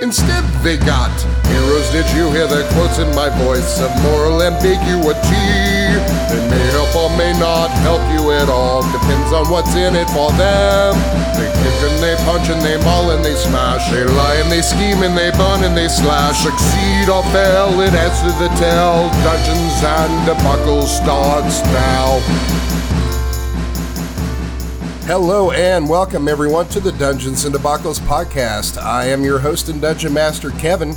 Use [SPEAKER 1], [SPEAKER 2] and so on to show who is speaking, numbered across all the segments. [SPEAKER 1] Instead, they got heroes. Did you hear the quotes in my voice of moral ambiguity? They may help or may not help you at all. Depends on what's in it for them. They kick and they punch and they maul and they smash. They lie and they scheme and they burn and they slash. Succeed or fail, it adds to the tale. Dungeons and debacle starts now. Hello and welcome everyone to the Dungeons and Debacles podcast. I am your host and dungeon master Kevin.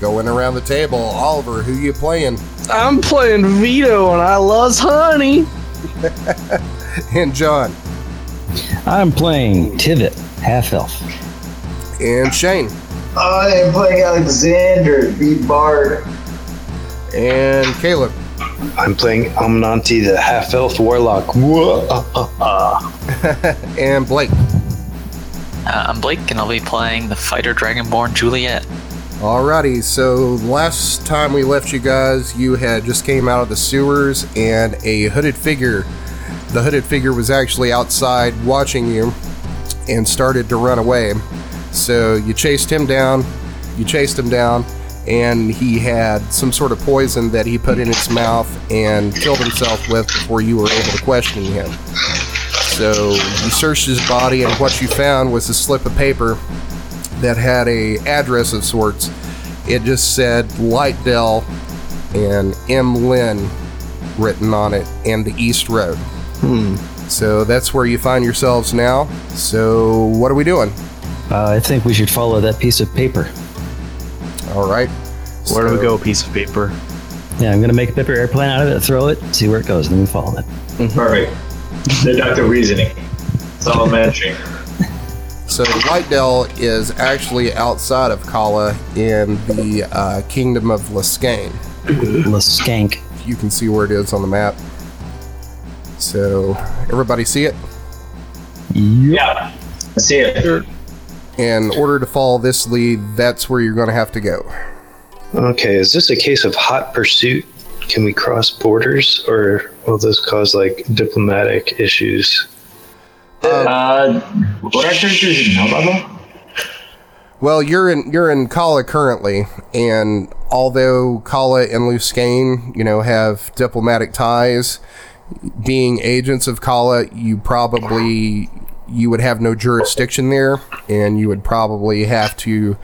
[SPEAKER 1] Going around the table, Oliver, who you playing?
[SPEAKER 2] I'm playing Vito and I loves honey.
[SPEAKER 1] And John
[SPEAKER 3] I'm playing Tivit, half elf.
[SPEAKER 1] and Shane
[SPEAKER 4] I am playing Alexander, the bard.
[SPEAKER 1] and Caleb
[SPEAKER 5] I'm playing Amnanti, the half elf warlock. Whoa.
[SPEAKER 3] Uh,
[SPEAKER 1] and Blake.
[SPEAKER 6] Uh, I'm Blake, and I'll be playing the fighter dragonborn Juliet.
[SPEAKER 1] Alrighty, so last time we left you guys, you had just came out of the sewers and a hooded figure. The hooded figure was actually outside watching you and started to run away. So you chased him down, you chased him down, and he had some sort of poison that he put in his mouth and killed himself with before you were able to question him. So you searched his body, and what you found was a slip of paper that had a address of sorts. It just said Lightdale and M. Lynn written on it and the East Road. Hmm. So that's where you find yourselves now. So what are we doing?
[SPEAKER 3] Uh, I think we should follow that piece of paper.
[SPEAKER 1] All right.
[SPEAKER 7] Where do
[SPEAKER 1] So-
[SPEAKER 7] we go? Piece of paper.
[SPEAKER 3] Yeah, I'm gonna make a paper airplane out of it, throw it, see where it goes, and then we follow it.
[SPEAKER 4] Perfect. The doctor reasoning. It's all matching.
[SPEAKER 1] So Lightdale is actually outside of Kala in the uh, kingdom of Liskane.
[SPEAKER 3] Let's skank.
[SPEAKER 1] You can see where it is on the map. So everybody see it?
[SPEAKER 4] Yeah. I see it.
[SPEAKER 1] In order to follow this lead, that's where you're going to have to go.
[SPEAKER 5] Okay, is this a case of hot pursuit? Can we cross borders, or will this cause like diplomatic issues?
[SPEAKER 4] Uh, what our character should know about that?
[SPEAKER 1] Well, you're in you're in Kala currently, and although Kala and Luskane, you know, have diplomatic ties, being agents of Kala, you probably you would have no jurisdiction there, and you would probably have to,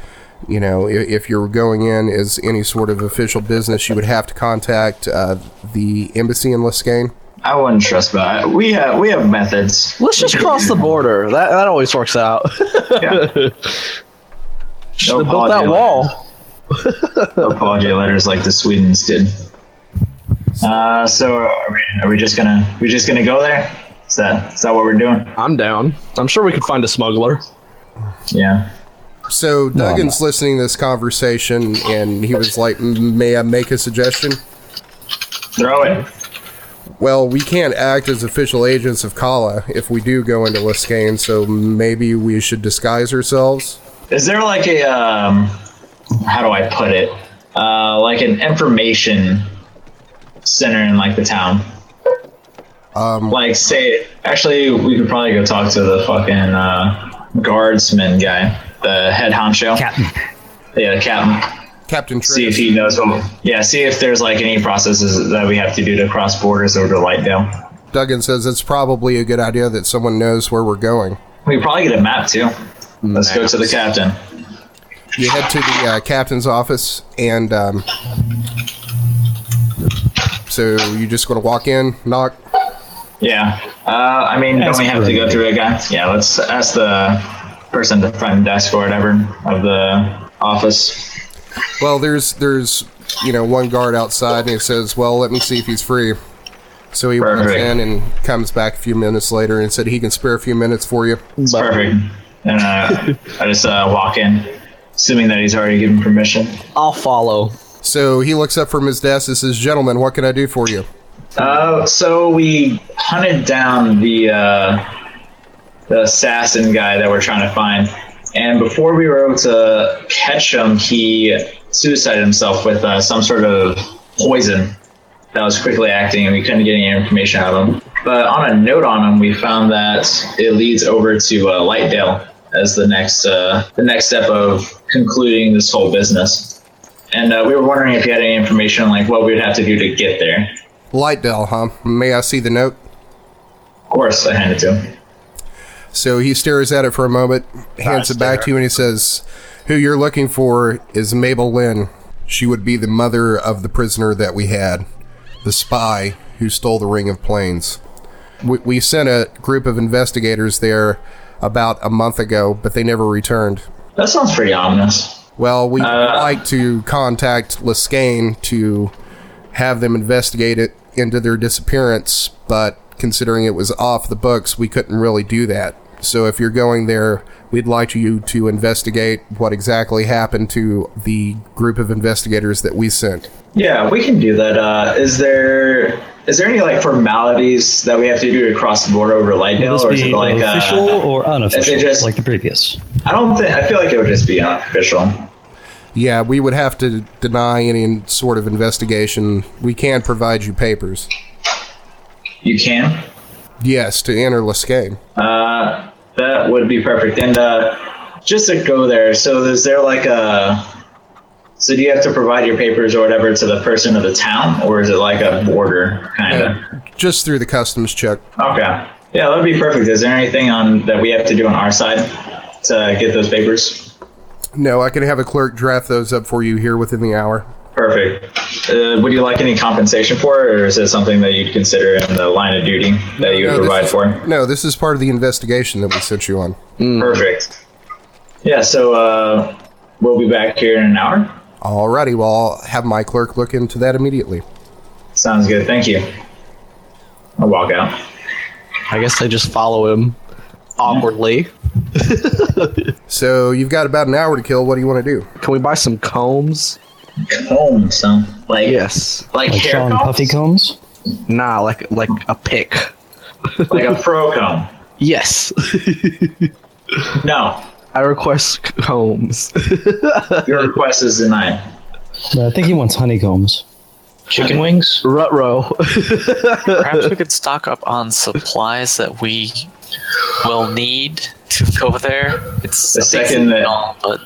[SPEAKER 1] you know, if, if you're going in as any sort of official business, you would have to contact uh, the embassy in Luskane.
[SPEAKER 4] I wouldn't trust that. We have we have methods.
[SPEAKER 7] Let's just cross the border. That that always works out.
[SPEAKER 4] No
[SPEAKER 7] built that wall.
[SPEAKER 4] No apology letters like the Swedes did. Uh, so are we, are we just gonna we just gonna go there? Is that is that what we're doing?
[SPEAKER 7] I'm down. I'm sure we could find a smuggler.
[SPEAKER 4] Yeah.
[SPEAKER 1] So Duggan's listening to this conversation, and he was like, "May I make a suggestion?"
[SPEAKER 4] Throw it.
[SPEAKER 1] Well, we can't act as official agents of Kala if we do go into Liskane, so maybe we should disguise ourselves.
[SPEAKER 4] Is there like a um, how do I put it? Uh, like an information center in like the town. Um, like say, actually, we could probably go talk to the fucking uh, guardsman guy, the head honcho.
[SPEAKER 3] Captain.
[SPEAKER 4] Yeah, the captain.
[SPEAKER 1] Captain
[SPEAKER 4] See if
[SPEAKER 1] Triss,
[SPEAKER 4] he knows. What, yeah, see if there's like any processes that we have to do to cross borders over to Lightdale.
[SPEAKER 1] Duggan says it's probably a good idea that someone knows where we're going.
[SPEAKER 4] We could probably get a map too. Let's go to the captain.
[SPEAKER 1] You head to the uh, captain's office, and um, so you just going to walk in, knock.
[SPEAKER 4] Yeah. Uh, I mean, don't we have to go through a guy? Yeah, let's ask the person at the front desk or whatever of the office.
[SPEAKER 1] Well, there's there's you know one guard outside, and he says, "Well, let me see if he's free." So he runs
[SPEAKER 4] Perfect.
[SPEAKER 1] in and comes back a few minutes later and said he can spare a few minutes for you.
[SPEAKER 4] It's perfect. And uh, I just uh, walk in, assuming that he's already given permission.
[SPEAKER 7] I'll follow.
[SPEAKER 1] So he looks up from his desk and says, Gentlemen, what can I do for you?
[SPEAKER 4] Uh, so we hunted down the uh, the assassin guy that we're trying to find. And before we were able to catch him, he suicided himself with uh, some sort of poison that was quickly acting, and we couldn't get any information out of him. But on a note on him, we found that it leads over to uh, Lightdale as the next uh, the next step of concluding this whole business. And uh, we were wondering if you had any information on like what we would have to do to get there.
[SPEAKER 1] Lightdale, huh? May I see the note?
[SPEAKER 4] Of course, I handed it to him.
[SPEAKER 1] So he stares at it for a moment, hands it back to you, and he says, Who you're looking for is Mabel Lynn. She would be the mother of the prisoner that we had, the spy who stole the Ring of Planes. We, we sent a group of investigators there about a month ago, but they never returned.
[SPEAKER 4] That sounds pretty ominous.
[SPEAKER 1] Well, we'd like to contact Liskane to have them investigate it into their disappearance, but considering it was off the books, we couldn't really do that. So if you're going there, we'd like you to investigate what exactly happened to the group of investigators that we sent.
[SPEAKER 4] Yeah, we can do that. Uh, is there is there any like formalities that we have to do to cross the border over
[SPEAKER 3] Will
[SPEAKER 4] Lightdale,
[SPEAKER 3] this
[SPEAKER 4] or is it
[SPEAKER 3] be
[SPEAKER 4] like
[SPEAKER 3] official
[SPEAKER 4] uh,
[SPEAKER 3] or unofficial,
[SPEAKER 4] is it just-
[SPEAKER 3] like the previous?
[SPEAKER 4] I don't think I feel like it would just be unofficial.
[SPEAKER 1] Yeah, we would have to deny any sort of investigation. We can provide you papers.
[SPEAKER 4] You can.
[SPEAKER 1] Yes, to enter Liskane.
[SPEAKER 4] Uh, that would be perfect. And uh, just to go there, so is there like a so do you have to provide your papers or whatever to the person of the town, or is it like a border kind of?
[SPEAKER 1] Just through the customs check.
[SPEAKER 4] Okay. Yeah, that would be perfect. Is there anything on that we have to do on our side to get those papers?
[SPEAKER 1] No, I can have a clerk draft those up for you here within the hour.
[SPEAKER 4] Perfect. Uh, would you like any compensation for it, or is it something that you'd consider in the line of duty that you would
[SPEAKER 1] No, this
[SPEAKER 4] provide
[SPEAKER 1] is-
[SPEAKER 4] for?
[SPEAKER 1] No, this is part of the investigation that we sent you on.
[SPEAKER 4] Perfect. Yeah, so uh, we'll be back here in an hour.
[SPEAKER 1] Alrighty, well, I'll have my clerk look into that immediately.
[SPEAKER 4] Sounds good. Thank you. I'll walk out.
[SPEAKER 7] I guess I just follow him awkwardly.
[SPEAKER 1] So you've got about an hour to kill. What do you want to do?
[SPEAKER 7] Can we buy some combs?
[SPEAKER 4] Home, son. Like,
[SPEAKER 7] Yes.
[SPEAKER 4] like,
[SPEAKER 3] Like
[SPEAKER 4] hair
[SPEAKER 3] Sean
[SPEAKER 4] combs?
[SPEAKER 3] Puffy Combs?
[SPEAKER 7] Nah, like like a pick.
[SPEAKER 4] Like a pro comb.
[SPEAKER 7] Yes.
[SPEAKER 4] No,
[SPEAKER 7] I request combs.
[SPEAKER 4] your request is denied.
[SPEAKER 3] No, Uh, I think he wants honeycombs.
[SPEAKER 5] Chicken wings?
[SPEAKER 7] Rut row.
[SPEAKER 6] Perhaps we could stock up on supplies that we will need to go there. It's
[SPEAKER 4] The
[SPEAKER 6] a big
[SPEAKER 4] second that-
[SPEAKER 6] deal, but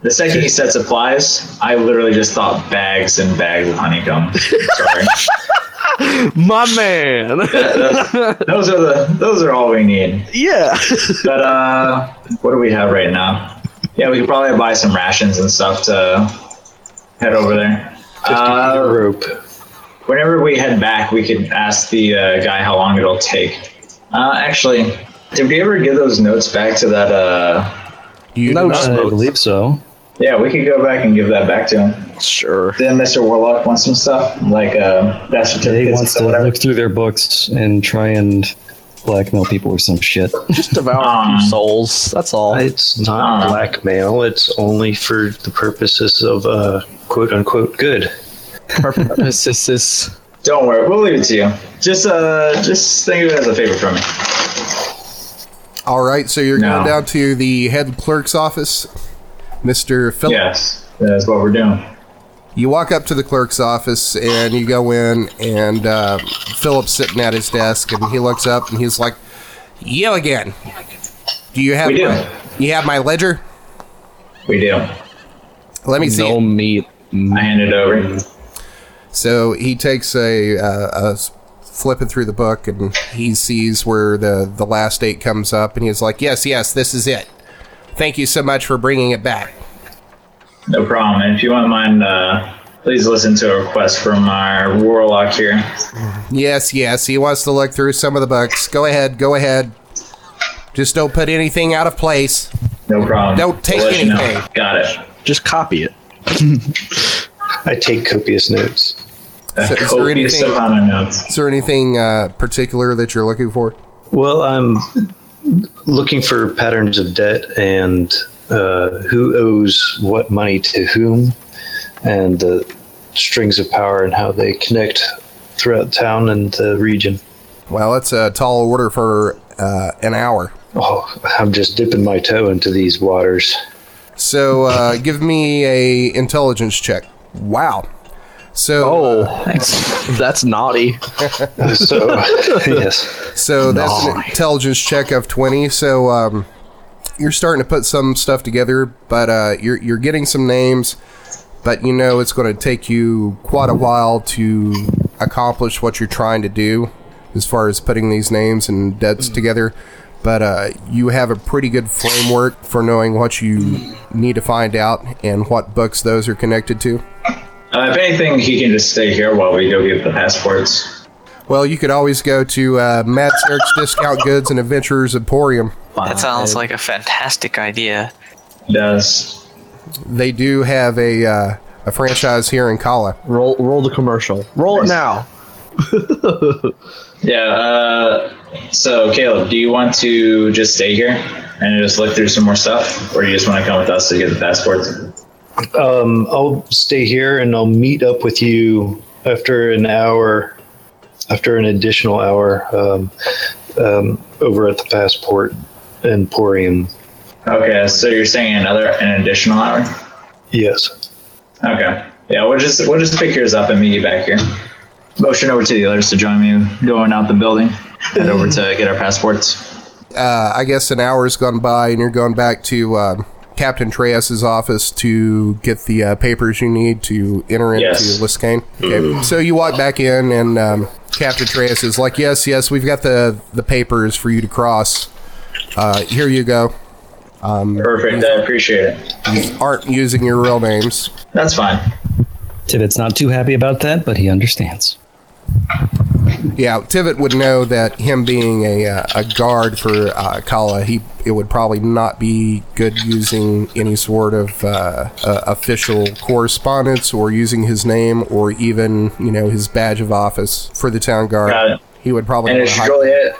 [SPEAKER 4] The second he said supplies, I literally just thought bags and bags of honeycomb. Sorry.
[SPEAKER 7] My man.
[SPEAKER 4] those are the those are all we need.
[SPEAKER 7] yeah.
[SPEAKER 4] But uh what do we have right now? Yeah, we could probably buy some rations and stuff to head over there.
[SPEAKER 5] A
[SPEAKER 4] Uh,
[SPEAKER 5] rope.
[SPEAKER 4] whenever we head back, we could ask the uh, guy how long it'll take. Uh, actually, did we ever give those notes back to that? Uh,
[SPEAKER 1] You
[SPEAKER 7] No,
[SPEAKER 1] do
[SPEAKER 7] just-
[SPEAKER 1] not-
[SPEAKER 3] I believe so.
[SPEAKER 4] yeah, we could go back and give that back to him.
[SPEAKER 7] Sure.
[SPEAKER 4] Then Mr. Warlock wants some stuff like uh, that certificates
[SPEAKER 3] He
[SPEAKER 4] and
[SPEAKER 3] wants
[SPEAKER 4] stuff,
[SPEAKER 3] to
[SPEAKER 4] whatever.
[SPEAKER 3] look through their books and try and blackmail people or some shit.
[SPEAKER 7] Just devour a
[SPEAKER 4] Um,
[SPEAKER 7] few souls. That's all.
[SPEAKER 5] It's not
[SPEAKER 4] Ah.
[SPEAKER 5] blackmail. It's only for the purposes of uh, quote unquote good.
[SPEAKER 7] this is this.
[SPEAKER 4] Don't worry, we'll leave it to you. Just uh, just think of it as a favor from me.
[SPEAKER 1] All right, so you're
[SPEAKER 4] No.
[SPEAKER 1] going down to the head clerk's office, Mister Phillips.
[SPEAKER 4] Yes, that's what we're doing.
[SPEAKER 1] You walk up to the clerk's office and you go in, and uh, Philip's sitting at his desk, and he looks up and he's like, "You again? Do you have
[SPEAKER 4] We do.
[SPEAKER 1] my, you have my ledger?
[SPEAKER 4] We do.
[SPEAKER 1] Let me see."
[SPEAKER 7] No
[SPEAKER 1] it."
[SPEAKER 7] meat.
[SPEAKER 4] I hand it over.
[SPEAKER 1] So he takes a, uh, a s- flipping through the book, and he sees where the the last date comes up, and he's like, "Yes, yes, this is it. Thank you so much for bringing it back."
[SPEAKER 4] No problem. And if you wouldn't mind, uh, please listen to a request from our warlock here.
[SPEAKER 1] Yes, yes. He wants to look through some of the books. Go ahead, go ahead. Just don't put anything out of place.
[SPEAKER 4] No problem.
[SPEAKER 1] Don't take
[SPEAKER 4] let you know.
[SPEAKER 1] anything.
[SPEAKER 4] Got it.
[SPEAKER 7] Just copy it.
[SPEAKER 5] I take copious notes.
[SPEAKER 4] A
[SPEAKER 1] So is there
[SPEAKER 4] copious
[SPEAKER 1] anything-
[SPEAKER 4] amount of notes.
[SPEAKER 1] Is there anything uh, particular that you're looking for?
[SPEAKER 5] Well, I'm looking for patterns of debt and uh, who owes what money to whom, and the strings of power and how they connect throughout town and the region.
[SPEAKER 1] Well, that's a tall order for uh, an hour.
[SPEAKER 5] Oh, I'm just dipping my toe into these waters.
[SPEAKER 1] So uh, give me a intelligence check. Wow. So
[SPEAKER 7] Oh, that's naughty.
[SPEAKER 5] So, yes.
[SPEAKER 1] so that's an intelligence check of twenty. So um, you're starting to put some stuff together, but uh, you're you're getting some names, but you know it's going to take you quite a while to accomplish what you're trying to do as far as putting these names and deaths together. But uh, you have a pretty good framework for knowing what you need to find out and what books those are connected to.
[SPEAKER 4] Uh, if anything, he can just stay here while we go get the passports.
[SPEAKER 1] Well, you could always go to uh, Matt Eric's Discount Goods and Adventurers Emporium.
[SPEAKER 6] That sounds like a fantastic idea.
[SPEAKER 4] Does
[SPEAKER 1] They do have a uh, a franchise here in Kala.
[SPEAKER 7] Roll, roll the commercial. Roll it now.
[SPEAKER 4] yeah. Uh, so Caleb, do you want to just stay here and just look through some more stuff, or you just want to come with us to get the passports?
[SPEAKER 5] Um, I'll stay here and I'll meet up with you after an hour, after an additional hour um, um, over at the Passport Emporium.
[SPEAKER 4] Okay. So you're saying another an additional hour?
[SPEAKER 5] Yes.
[SPEAKER 4] Okay. Yeah. We'll just we'll just pick yours up and meet you back here. Motion over to the others to join me going out the building. Head over to get our passports.
[SPEAKER 1] Uh, I guess an hour's gone by, and you're going back to uh, Captain Treyas's office to get the uh, papers you need to enter into
[SPEAKER 4] Yes.
[SPEAKER 1] Liskane. Okay. So you walk back in, and um, Captain Treyas is like, "Yes, yes, we've got the the papers for you to cross. Uh, here you go.
[SPEAKER 4] Perfect. I appreciate it.
[SPEAKER 1] You aren't using your real names."
[SPEAKER 4] That's fine.
[SPEAKER 3] Tibbet's not too happy about that, but he understands.
[SPEAKER 1] Yeah, Tivit would know that him being a, uh, a guard for uh, Kala, he it would probably not be good using any sort of uh, uh, official correspondence or using his name or even you know his badge of office for the town guard.
[SPEAKER 4] Got it.
[SPEAKER 1] He would probably
[SPEAKER 4] And it's
[SPEAKER 1] wanna hi-
[SPEAKER 4] Joliet.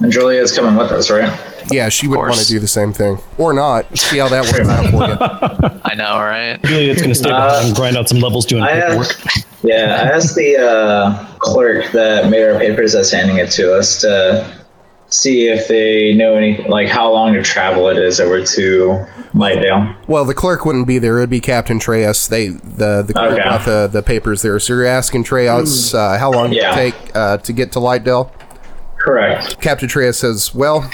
[SPEAKER 4] And Joliet's coming with us, right?
[SPEAKER 1] yeah, she would
[SPEAKER 6] course.
[SPEAKER 1] want to do the same thing or not. See how that works out for you.
[SPEAKER 6] I know, right?
[SPEAKER 3] Really, it's going to stay behind and grind out some levels doing
[SPEAKER 4] I
[SPEAKER 5] uh,
[SPEAKER 3] paperwork.
[SPEAKER 4] asked, yeah, I asked the uh, clerk that made our papers that's handing it to us to see if they know any, like how long to travel it is over to Lightdale.
[SPEAKER 1] Well, the clerk wouldn't be there; it'd be Captain Treyas. They the the clerk
[SPEAKER 4] Okay. Hmm.
[SPEAKER 1] brought the, the papers there. So you're asking Treyas uh, how long
[SPEAKER 4] Yeah.
[SPEAKER 1] did it take uh, to get to Lightdale?
[SPEAKER 4] Correct.
[SPEAKER 1] Captain Treya says, Well,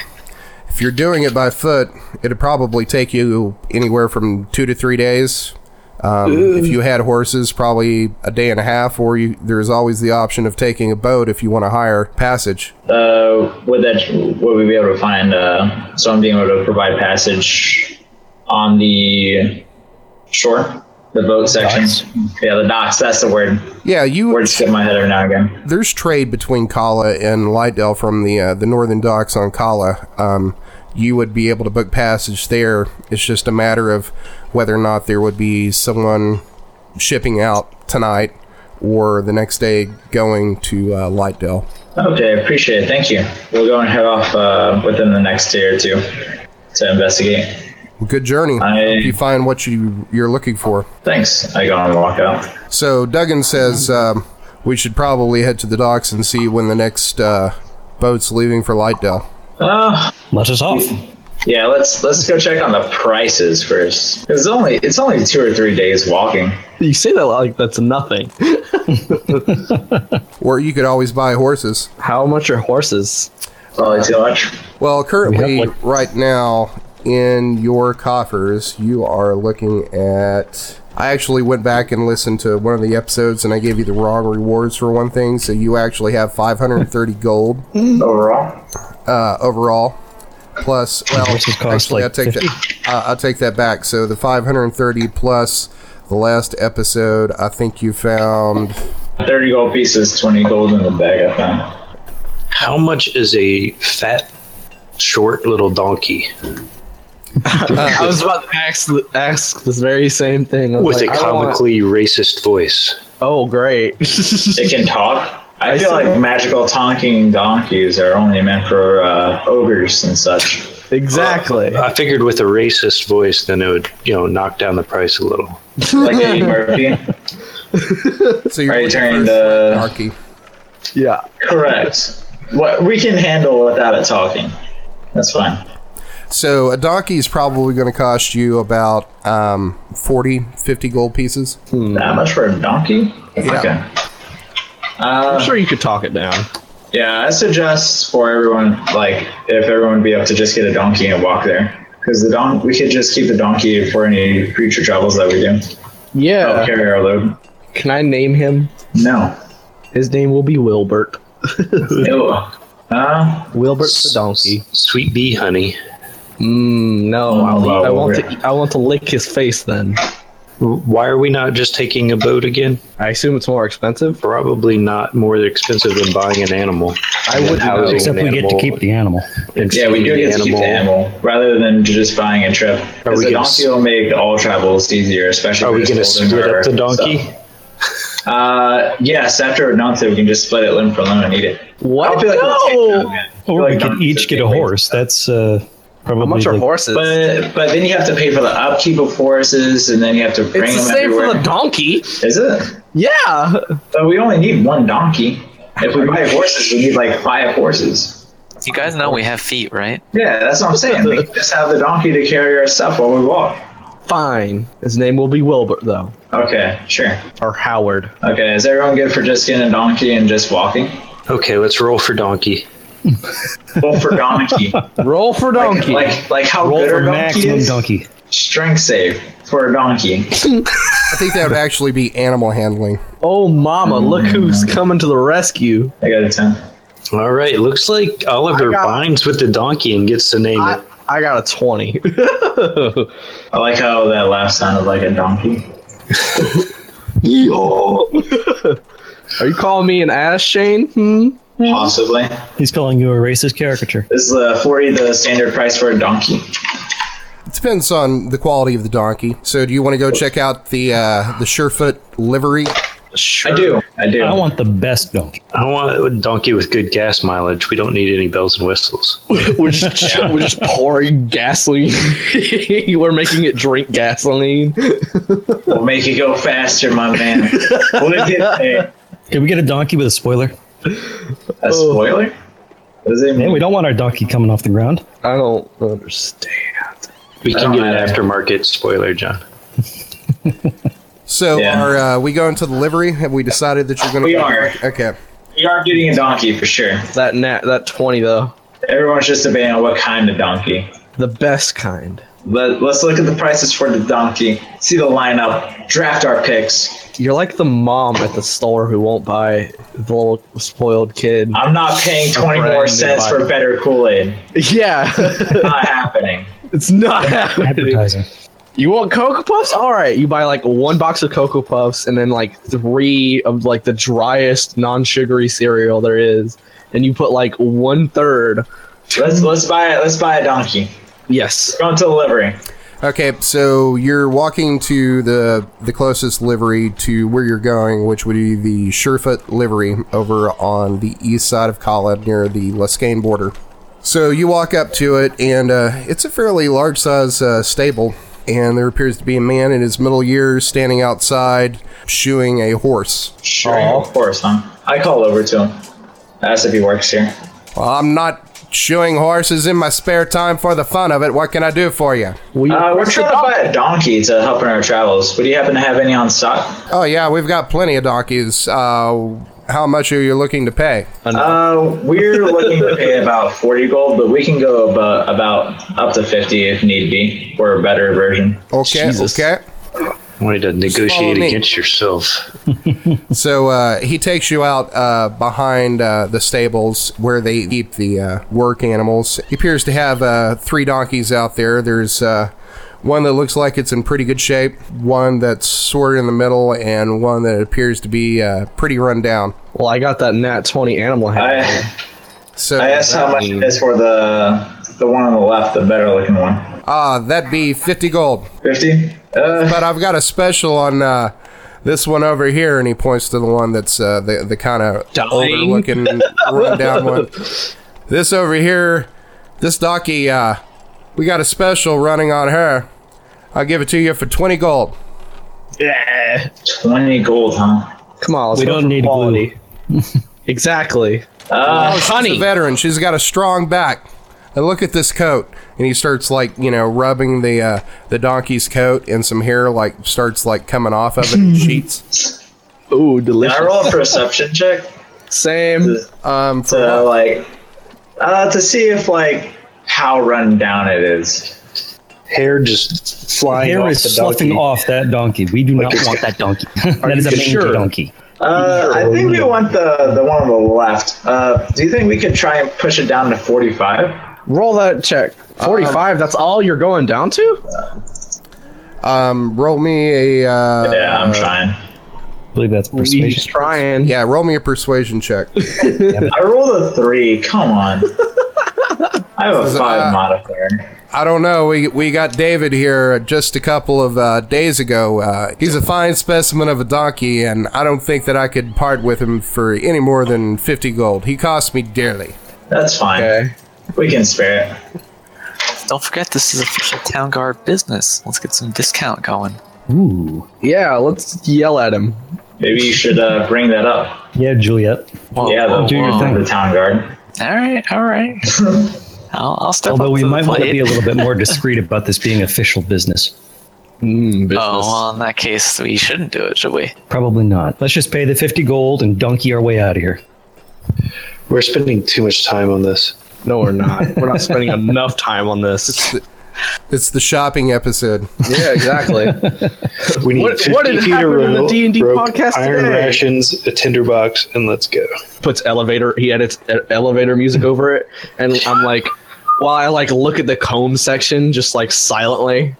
[SPEAKER 1] if you're doing it by foot, it'd probably take you anywhere from two to three days. Um, if you had horses, probably a day and a half, or you, there's always the option of taking a boat if you want to hire passage.
[SPEAKER 4] Uh, would that would we be able to find uh, someone being able to provide passage on the shore, the boat section? Yeah, the docks. That's the word.
[SPEAKER 1] Yeah, you.
[SPEAKER 4] Words skip my head every now and again.
[SPEAKER 1] There's trade between Kala and Lightdale from the uh, the northern docks on Kala. Um, you would be able to book passage there. It's just a matter of whether or not there would be someone shipping out tonight or the next day going to uh, Lightdale.
[SPEAKER 4] Okay, appreciate it. Thank you. We'll go and head off uh, within the next day or two to investigate.
[SPEAKER 1] Well, good journey.
[SPEAKER 4] I-
[SPEAKER 1] Hope you find what you you're looking for.
[SPEAKER 4] Thanks. I go on a walk out.
[SPEAKER 1] So Duggan says um, we should probably head to the docks and see when the next uh, boat's leaving for Lightdale.
[SPEAKER 4] Uh,
[SPEAKER 3] Let us off.
[SPEAKER 4] yeah, let's let's go check on the prices first. It's only it's only two or three days walking.
[SPEAKER 7] You say that like that's nothing.
[SPEAKER 1] Or you could always buy horses.
[SPEAKER 7] How much are horses?
[SPEAKER 4] Probably too much.
[SPEAKER 1] Well, currently,
[SPEAKER 3] We have, like-
[SPEAKER 1] right now, in your coffers, you are looking at. I actually went back and listened to one of the episodes, and I gave you the wrong rewards for one thing. So you actually have 530 gold
[SPEAKER 4] Overall,
[SPEAKER 1] uh, overall. Plus, well,
[SPEAKER 3] Horses cost,
[SPEAKER 1] actually,
[SPEAKER 3] like,
[SPEAKER 1] I take that. I, I take that back. So the 530 plus the last episode, I think you found.
[SPEAKER 4] thirty gold pieces, twenty gold in the bag. I found.
[SPEAKER 5] How much is a fat, short little donkey
[SPEAKER 7] Uh, I was about to ask, th- ask this very same thing. I was
[SPEAKER 5] with
[SPEAKER 7] like,
[SPEAKER 5] a
[SPEAKER 7] I don't wanna-
[SPEAKER 5] comically racist voice?
[SPEAKER 7] Oh, great.
[SPEAKER 4] It can talk. I,
[SPEAKER 7] I
[SPEAKER 4] feel
[SPEAKER 7] see.
[SPEAKER 4] like magical talking donkeys are only meant for uh, ogres and such.
[SPEAKER 7] exactly.
[SPEAKER 5] I figured with a racist voice, then it would you know knock down the price a little.
[SPEAKER 4] Like Eddie Murphy.
[SPEAKER 1] So you're
[SPEAKER 4] Are you
[SPEAKER 1] looking
[SPEAKER 4] trying
[SPEAKER 1] for
[SPEAKER 4] to-
[SPEAKER 1] anarchy.
[SPEAKER 7] Yeah.
[SPEAKER 4] Correct. What we can handle without it talking. That's fine.
[SPEAKER 1] So a donkey is probably going to cost you about um, 40, 50 gold pieces.
[SPEAKER 4] That much for a donkey? Okay.
[SPEAKER 7] I'm sure you could talk it down.
[SPEAKER 4] Yeah, I suggest for everyone, like, if everyone would be up to just get a donkey and walk there. Because the don- we could just keep the donkey for any future travels that we do.
[SPEAKER 7] Yeah.
[SPEAKER 4] That'll carry our load.
[SPEAKER 7] Can I name him?
[SPEAKER 4] No.
[SPEAKER 7] His name will be Wilbert.
[SPEAKER 4] Ew. Uh,
[SPEAKER 7] Wilbert the donkey.
[SPEAKER 5] Sweet bee honey.
[SPEAKER 7] Mm, no,
[SPEAKER 4] Oh,
[SPEAKER 7] I want-
[SPEAKER 4] wow,
[SPEAKER 7] I want
[SPEAKER 4] Wilbert.
[SPEAKER 7] to. I want to lick his face. Then
[SPEAKER 5] Why are we not just taking a boat again?
[SPEAKER 7] I assume it's more expensive.
[SPEAKER 5] Probably not more expensive than buying an animal.
[SPEAKER 7] I would
[SPEAKER 5] How-
[SPEAKER 7] know.
[SPEAKER 3] Except we get to keep the animal.
[SPEAKER 5] And
[SPEAKER 4] yeah, we do
[SPEAKER 5] feeding
[SPEAKER 4] get to
[SPEAKER 5] the
[SPEAKER 4] keep the animal rather than just buying a trip. Because
[SPEAKER 5] we
[SPEAKER 4] the
[SPEAKER 5] gonna
[SPEAKER 4] donkey
[SPEAKER 5] s-
[SPEAKER 4] will make all travels easier, especially
[SPEAKER 5] Are
[SPEAKER 4] if
[SPEAKER 5] we
[SPEAKER 4] it's
[SPEAKER 5] going to
[SPEAKER 4] golden
[SPEAKER 5] split
[SPEAKER 4] or
[SPEAKER 5] up the
[SPEAKER 4] stuff.
[SPEAKER 5] donkey?
[SPEAKER 4] Uh, yes, after a month, we can just split it limb for limb and eat it.
[SPEAKER 7] What?
[SPEAKER 4] I feel like we'll take
[SPEAKER 7] no.
[SPEAKER 4] that, man. I feel
[SPEAKER 3] Or
[SPEAKER 4] like
[SPEAKER 3] we could
[SPEAKER 4] donkeys
[SPEAKER 3] each
[SPEAKER 4] are
[SPEAKER 3] get a
[SPEAKER 4] big
[SPEAKER 3] horse. That's uh, probably
[SPEAKER 7] How much are
[SPEAKER 3] like-
[SPEAKER 7] horses?
[SPEAKER 4] But but then you have to pay for the upkeep of horses, and then you have to bring
[SPEAKER 7] it's the
[SPEAKER 4] them
[SPEAKER 7] same
[SPEAKER 4] everywhere.
[SPEAKER 7] for the donkey.
[SPEAKER 4] Is it?
[SPEAKER 7] Yeah.
[SPEAKER 4] So we only need one donkey. If we buy horses, we need like five horses.
[SPEAKER 6] You guys know we have feet, right?
[SPEAKER 4] Yeah, that's what I'm saying. We can just have the donkey to carry our stuff while we walk.
[SPEAKER 7] Fine. His name will be Wilbert though,
[SPEAKER 4] Okay, sure.
[SPEAKER 7] or Howard.
[SPEAKER 4] Okay, is everyone good for just getting a donkey and just walking?
[SPEAKER 5] Okay, let's roll for donkey.
[SPEAKER 4] Well, for donkey,
[SPEAKER 7] Roll for donkey.
[SPEAKER 4] like like how
[SPEAKER 3] Roll
[SPEAKER 4] good
[SPEAKER 3] for
[SPEAKER 4] our donkey
[SPEAKER 3] maximum
[SPEAKER 4] is.
[SPEAKER 3] donkey.
[SPEAKER 4] Strength save for a donkey.
[SPEAKER 1] I think that would actually be animal handling.
[SPEAKER 7] oh, mama!
[SPEAKER 4] Hmm.
[SPEAKER 7] Look who's coming to the rescue.
[SPEAKER 4] I got a ten.
[SPEAKER 5] All right, looks like Oliver binds with the donkey and gets to name
[SPEAKER 7] I,
[SPEAKER 5] it.
[SPEAKER 7] I got a twenty.
[SPEAKER 4] I like how that laugh sounded like a donkey.
[SPEAKER 7] Are you calling me an ass, Shane? Hmm.
[SPEAKER 4] Possibly.
[SPEAKER 3] He's calling you a racist caricature.
[SPEAKER 4] Is the forty the standard price for a donkey?
[SPEAKER 1] It depends on the quality of the donkey. So do you want to go check out the uh, the Surefoot livery?
[SPEAKER 4] I do. I do.
[SPEAKER 3] I want the best donkey.
[SPEAKER 5] I want a donkey with good gas mileage. We don't need any bells and whistles.
[SPEAKER 7] We're just we're just pouring gasoline. we're making it drink gasoline.
[SPEAKER 4] We'll make it go faster, my man. What did they?
[SPEAKER 3] Can we get a donkey with a spoiler?
[SPEAKER 4] A spoiler? What does it
[SPEAKER 3] Yeah,
[SPEAKER 4] mean?
[SPEAKER 3] we don't want our donkey coming off the ground.
[SPEAKER 7] I don't understand.
[SPEAKER 5] We can
[SPEAKER 4] Oh,
[SPEAKER 5] get an
[SPEAKER 4] man.
[SPEAKER 5] aftermarket spoiler, John.
[SPEAKER 1] So
[SPEAKER 4] Yeah.
[SPEAKER 1] are uh, we going to the livery? Have we decided that you're going to?
[SPEAKER 4] We are.
[SPEAKER 1] Okay.
[SPEAKER 4] You are getting a donkey for sure.
[SPEAKER 7] That nat that twenty though,
[SPEAKER 4] Everyone's just debating on what kind of donkey.
[SPEAKER 7] the best kind.
[SPEAKER 4] Let, let's look at the prices for the donkey, see the lineup, draft our picks.
[SPEAKER 7] You're like the mom at the store who won't buy the little spoiled kid.
[SPEAKER 4] I'm not paying 20
[SPEAKER 7] brand
[SPEAKER 4] more
[SPEAKER 7] new
[SPEAKER 4] cents
[SPEAKER 7] bike.
[SPEAKER 4] for better Kool Aid.
[SPEAKER 7] Yeah,
[SPEAKER 4] Not happening.
[SPEAKER 7] it's not happening.
[SPEAKER 3] Advertising.
[SPEAKER 7] You want Cocoa Puffs? All right, you buy like one box of Cocoa Puffs and then like three of like the driest non-sugary cereal there is, and you put like one third.
[SPEAKER 4] Let's let's buy let's buy a donkey.
[SPEAKER 7] Yes,
[SPEAKER 4] Going to the livery.
[SPEAKER 1] Okay. So you're walking to the the closest livery to where you're going, which would be the Surefoot livery over on the east side of Colin near the Lescane border. So you walk up to it, and uh, it's a fairly large size uh, stable. And there appears to be a man in his middle years standing outside, shoeing a horse.
[SPEAKER 4] Sure. Oh, Of course, huh? I call over to him. Ask if he works here.
[SPEAKER 1] I'm not shoeing horses in my spare time for the fun of it. What can I do for you?
[SPEAKER 7] we
[SPEAKER 4] Uh, we're trying to buy a donkey to help in our travels. Would you happen to have any on stock?
[SPEAKER 1] Oh yeah, we've got plenty of donkeys. Uh, how much are you looking to pay?
[SPEAKER 4] Uh, we're looking to pay about 40 gold, but we can go about, about up to 50 if need be for a better version.
[SPEAKER 1] Okay,
[SPEAKER 7] Jesus.
[SPEAKER 1] okay.
[SPEAKER 5] Wanted to
[SPEAKER 1] follow
[SPEAKER 5] negotiate
[SPEAKER 1] me.
[SPEAKER 5] against yourself.
[SPEAKER 1] So uh, he takes you out uh, behind uh, the stables where they keep the uh, work animals. He appears to have uh, three donkeys out there. There's uh, one that looks like it's in pretty good shape, one that's sort of in the middle, and one that appears to be uh, pretty run down.
[SPEAKER 7] Well, I got that Nat 20 animal handling.
[SPEAKER 4] I,
[SPEAKER 1] So
[SPEAKER 4] I asked how much it is for the the one on the left, the better looking one.
[SPEAKER 1] uh, that'd be fifty gold.
[SPEAKER 4] 50? Uh,
[SPEAKER 1] but I've got a special on uh, this one over here, and he points to the one that's uh, the the kind of older
[SPEAKER 7] Dying?
[SPEAKER 1] looking run down one. This over here, this donkey, uh, we got a special running on her. I'll give it to you for twenty gold.
[SPEAKER 7] Yeah.
[SPEAKER 4] 20 gold, huh?
[SPEAKER 7] Come on, let's
[SPEAKER 3] We
[SPEAKER 7] go for
[SPEAKER 3] don't need
[SPEAKER 7] quality.
[SPEAKER 3] glue.
[SPEAKER 7] Exactly.
[SPEAKER 1] Oh, She's a
[SPEAKER 7] honey.
[SPEAKER 1] veteran. She's got a strong back. and look at this coat. And he starts like you know rubbing the uh, the donkey's coat, and some hair like starts like coming off of it in sheets.
[SPEAKER 7] Ooh,
[SPEAKER 4] Can I
[SPEAKER 7] delicious.
[SPEAKER 4] roll a perception check
[SPEAKER 7] Same.
[SPEAKER 1] Um, for
[SPEAKER 4] to like uh, to see if like how run down it is?
[SPEAKER 5] Hair just flying
[SPEAKER 3] Hair
[SPEAKER 5] off
[SPEAKER 3] is
[SPEAKER 5] the
[SPEAKER 3] sloughing
[SPEAKER 5] donkey.
[SPEAKER 3] off that donkey. We do not want that donkey. that is a
[SPEAKER 7] you
[SPEAKER 3] mangy
[SPEAKER 7] sure?
[SPEAKER 3] donkey.
[SPEAKER 4] Uh, I think we want the the one on the left. Uh, do you think we could try and push it down to forty five?
[SPEAKER 7] Roll that check.
[SPEAKER 3] Um,
[SPEAKER 7] 45, that's all you're going down to?
[SPEAKER 1] um, roll me a uh,
[SPEAKER 4] Yeah, I'm trying.
[SPEAKER 3] I believe that's
[SPEAKER 7] He's
[SPEAKER 3] persuasion.
[SPEAKER 7] trying.
[SPEAKER 1] yeah, roll me a persuasion check.
[SPEAKER 4] I rolled a three. Come on. I have a
[SPEAKER 1] uh,
[SPEAKER 4] five modifier.
[SPEAKER 1] I don't know. We we got David here just a couple of uh, days ago. Uh, he's a fine specimen of a donkey, and I don't think that I could part with him for any more than fifty gold. He cost me dearly.
[SPEAKER 4] That's fine.
[SPEAKER 7] Okay.
[SPEAKER 4] We can spare it.
[SPEAKER 6] Don't forget, this is official town guard business. Let's get some discount going.
[SPEAKER 3] Ooh.
[SPEAKER 7] Yeah, let's yell at him.
[SPEAKER 4] Maybe you should uh, bring that up.
[SPEAKER 3] Yeah, Juliet.
[SPEAKER 7] Oh,
[SPEAKER 6] Whoa,
[SPEAKER 4] yeah, the,
[SPEAKER 6] whoa,
[SPEAKER 3] do your
[SPEAKER 6] whoa.
[SPEAKER 3] thing.
[SPEAKER 4] the town guard.
[SPEAKER 6] All right, all right. I'll, I'll step
[SPEAKER 3] Although
[SPEAKER 6] up
[SPEAKER 3] we
[SPEAKER 6] to the
[SPEAKER 3] might want to
[SPEAKER 6] plate.
[SPEAKER 3] be a little bit more discreet about this being official business.
[SPEAKER 7] Hmm,
[SPEAKER 6] Oh, well, in that case, we shouldn't do it, should we?
[SPEAKER 3] Probably not. Let's just pay the 50 gold and donkey our way out of here.
[SPEAKER 5] We're spending too much time on this.
[SPEAKER 7] No, we're not. We're not spending enough time on this.
[SPEAKER 1] It's the shopping episode.
[SPEAKER 7] Yeah, exactly.
[SPEAKER 5] We need
[SPEAKER 7] What-
[SPEAKER 5] 50
[SPEAKER 7] what did
[SPEAKER 5] feet
[SPEAKER 7] happen
[SPEAKER 5] of
[SPEAKER 7] in the
[SPEAKER 5] rope,
[SPEAKER 7] D&D podcast
[SPEAKER 5] iron
[SPEAKER 7] today?
[SPEAKER 5] rations, a tinderbox, and let's go.
[SPEAKER 7] Puts elevator. He edits e- elevator music over it, and I'm like, while I like look at the comb section, just like silently.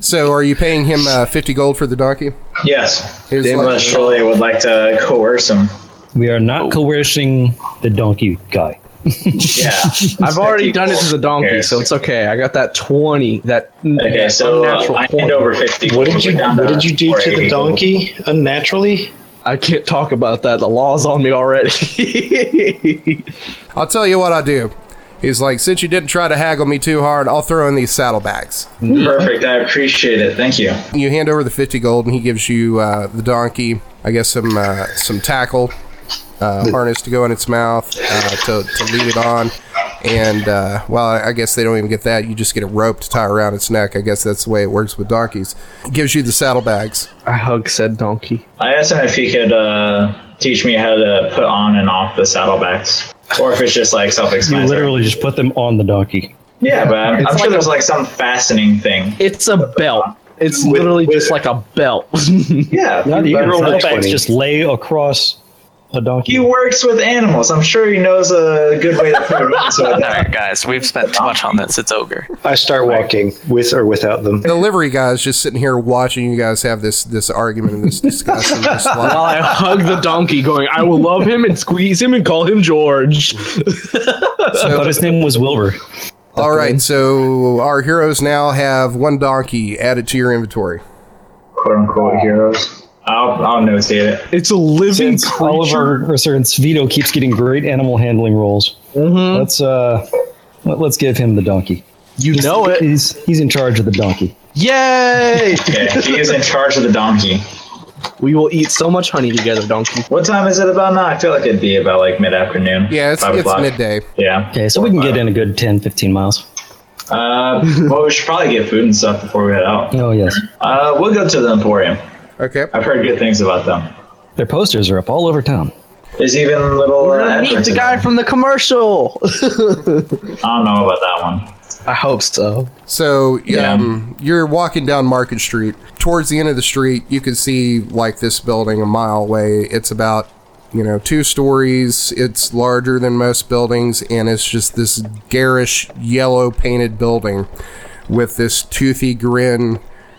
[SPEAKER 1] So, are you paying him uh, fifty gold for the donkey?
[SPEAKER 4] Yes.
[SPEAKER 1] Here's
[SPEAKER 4] Unless
[SPEAKER 1] like,
[SPEAKER 4] surely would like to coerce him.
[SPEAKER 3] We are not coercing the donkey guy.
[SPEAKER 4] Yeah.
[SPEAKER 7] I've already done it to the donkey,
[SPEAKER 4] Yes.
[SPEAKER 7] so it's okay. I got that twenty. That
[SPEAKER 4] Okay,
[SPEAKER 7] that
[SPEAKER 4] so uh,
[SPEAKER 7] unnatural
[SPEAKER 4] I
[SPEAKER 7] 20.
[SPEAKER 4] hand over 50.
[SPEAKER 5] What did you
[SPEAKER 4] We're down
[SPEAKER 5] What did you do to
[SPEAKER 4] 480.
[SPEAKER 5] the donkey unnaturally?
[SPEAKER 7] I can't talk about that. The law's on me already.
[SPEAKER 1] I'll tell you what I do. He's like, since you didn't try to haggle me too hard, I'll throw in these saddlebags.
[SPEAKER 4] Perfect. I appreciate it. Thank you.
[SPEAKER 1] You hand over the fifty gold, and he gives you uh, the donkey. I guess some uh, some tackle uh, harness to go in its mouth uh, to to lead it on. And uh, well, I I guess they don't even get that. You just get a rope to tie around its neck. I guess that's the way it works with donkeys. He gives you the saddlebags.
[SPEAKER 7] I hug said donkey.
[SPEAKER 4] I asked him if he could uh, teach me how to put on and off the saddlebags. Or if it's just like self
[SPEAKER 3] You
[SPEAKER 4] explanatory.
[SPEAKER 3] literally just put them on the donkey.
[SPEAKER 4] Yeah, but I'm, I'm
[SPEAKER 7] It's
[SPEAKER 4] sure
[SPEAKER 7] like
[SPEAKER 4] there's like some fastening thing.
[SPEAKER 7] It's a belt. It's literally just like a belt.
[SPEAKER 4] Yeah,
[SPEAKER 3] Not
[SPEAKER 4] you,
[SPEAKER 3] even
[SPEAKER 4] rolled a
[SPEAKER 3] saddlebags
[SPEAKER 4] 20.
[SPEAKER 3] just lay across a donkey.
[SPEAKER 4] he works with animals. I'm sure he knows a good way to put it on. So
[SPEAKER 6] All
[SPEAKER 4] that
[SPEAKER 6] right, guys, we've spent too much on this. It's ogre.
[SPEAKER 5] I start walking with or without them.
[SPEAKER 1] The livery guy's just sitting here watching you guys have this this argument and this discussion. just like,
[SPEAKER 7] While I hug the donkey, going, I will love him and squeeze him and call him George.
[SPEAKER 3] I thought his name was Wilbur.
[SPEAKER 1] All right, so our heroes now have one donkey added to your inventory.
[SPEAKER 4] quote unquote heroes. I'll, I'll notate it.
[SPEAKER 7] It's a living
[SPEAKER 3] Since all of
[SPEAKER 7] creature.
[SPEAKER 3] our or since Vito keeps getting great animal handling roles,
[SPEAKER 4] Mm-hmm.
[SPEAKER 3] let's uh, let- let's give him the donkey.
[SPEAKER 7] You know it.
[SPEAKER 3] He's he's in charge of the donkey.
[SPEAKER 7] Yay!
[SPEAKER 4] Yeah, he is in charge of the donkey.
[SPEAKER 7] we will eat so much honey together, donkey.
[SPEAKER 4] What time is it about now? I feel like it'd be about like mid afternoon.
[SPEAKER 1] Yeah, it's, it's midday.
[SPEAKER 4] Yeah.
[SPEAKER 3] Okay, so we can get in a good 10, 15 miles.
[SPEAKER 4] Uh, well, we should probably get food and stuff before we head out.
[SPEAKER 3] Oh yes,
[SPEAKER 4] Uh, we'll go to the Emporium.
[SPEAKER 1] Okay.
[SPEAKER 4] I've heard good things about them.
[SPEAKER 3] their posters are up all over town.
[SPEAKER 4] There's even little. Uh,
[SPEAKER 7] Meet
[SPEAKER 4] adverts
[SPEAKER 7] the
[SPEAKER 4] in
[SPEAKER 7] guy
[SPEAKER 4] there.
[SPEAKER 7] from the commercial.
[SPEAKER 4] I don't know about that one.
[SPEAKER 7] I hope so.
[SPEAKER 1] So
[SPEAKER 4] Yeah.
[SPEAKER 1] um, you're walking down Market Street. Towards the end of the street, you can see like this building a mile away. It's about you know two stories. It's larger than most buildings, and it's just this garish yellow painted building with this toothy grin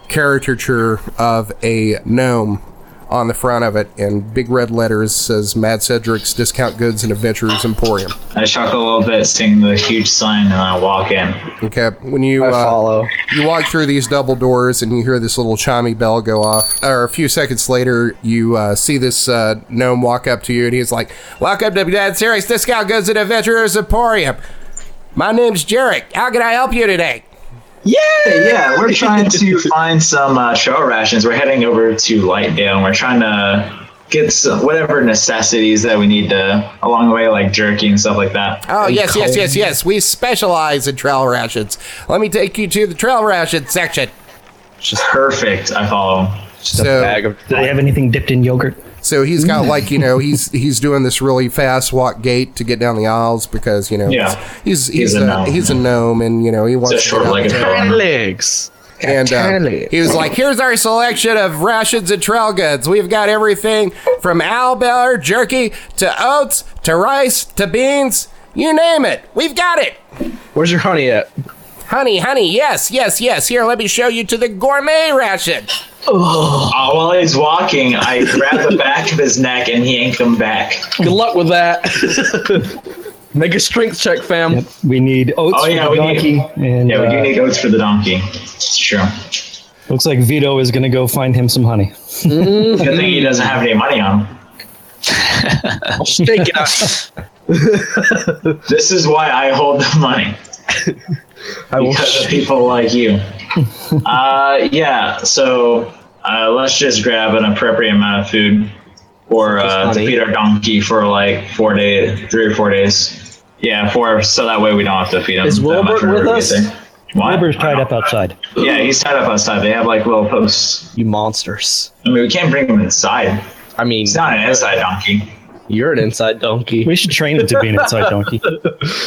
[SPEAKER 1] caricature of a gnome on the front of it, and big red letters says Mad Cedric's Discount Goods and Adventures Emporium.
[SPEAKER 4] I chuckle a little bit seeing the huge sign and I walk in.
[SPEAKER 1] Okay, when you
[SPEAKER 7] I
[SPEAKER 1] uh,
[SPEAKER 7] follow.
[SPEAKER 1] You walk through these double doors and you hear this little chimey bell go off. Or a few seconds later, you uh, see this uh, gnome walk up to you and he's like, Welcome to Dad Series Discount Goes to Adventurers Emporium. My name's Jarek. How can I help you today?
[SPEAKER 4] Hey, yeah, we're trying to find some uh, trail rations. We're heading over to Lightdale and we're trying to get some, whatever necessities that we need to along the way, like jerky and stuff like that.
[SPEAKER 1] Oh, yes, yes, yes, yes. We specialize in trail rations. Let me take you to the trail ration section.
[SPEAKER 4] Perfect. I follow.
[SPEAKER 3] Just a
[SPEAKER 1] So,
[SPEAKER 3] bag of. Do they have anything dipped in yogurt?
[SPEAKER 1] so he's got like you know he's he's doing this really fast walk gait to get down the aisles because you know
[SPEAKER 4] Yeah.
[SPEAKER 1] he's he's he's
[SPEAKER 4] He's
[SPEAKER 1] a,
[SPEAKER 4] a gnome.
[SPEAKER 1] he's a gnome and you know he wants
[SPEAKER 4] It's a
[SPEAKER 1] to get out
[SPEAKER 4] short-legged
[SPEAKER 1] there.
[SPEAKER 4] fellow.
[SPEAKER 7] Legs.
[SPEAKER 1] And uh,
[SPEAKER 7] Totally.
[SPEAKER 1] he was like, "Here's our selection of rations and trail goods. We've got everything from owlbear jerky to oats to rice to beans. You name it, we've got it.
[SPEAKER 7] Where's your honey at?
[SPEAKER 1] Honey, honey, yes, yes, yes. Here, let me show you to the gourmet ration.
[SPEAKER 4] Uh, while he's walking, I grab the back of his neck and yank him back.
[SPEAKER 7] Good luck with that. Make a strength check, fam.
[SPEAKER 3] We need oats
[SPEAKER 4] Oh, yeah,
[SPEAKER 3] for
[SPEAKER 4] we
[SPEAKER 3] the donkey.
[SPEAKER 4] need-
[SPEAKER 3] and
[SPEAKER 4] Yeah, we do
[SPEAKER 3] uh,
[SPEAKER 4] need oats for the donkey. It's true.
[SPEAKER 3] looks like Vito is going to go find him some honey.
[SPEAKER 4] Good thing he doesn't have any money on him.
[SPEAKER 7] Take it out.
[SPEAKER 4] This is why I hold the money.
[SPEAKER 7] I will
[SPEAKER 4] because of people like you. uh, yeah, so uh, let's just grab an appropriate amount of food for uh, to
[SPEAKER 7] honey.
[SPEAKER 4] feed our donkey for like four days, three or four days. Yeah, four. So that way we don't have to feed him.
[SPEAKER 7] Is
[SPEAKER 4] that
[SPEAKER 7] Wilbert
[SPEAKER 4] much whenever
[SPEAKER 7] with
[SPEAKER 4] we get
[SPEAKER 7] us?
[SPEAKER 4] there. What?
[SPEAKER 3] Wilbur's tied up outside.
[SPEAKER 4] Yeah, he's tied up outside. They have like little posts.
[SPEAKER 7] You monsters.
[SPEAKER 4] I mean, we can't bring him inside.
[SPEAKER 7] I mean,
[SPEAKER 4] He's not an inside donkey.
[SPEAKER 7] you're an inside donkey.
[SPEAKER 3] We should train him to be an inside donkey.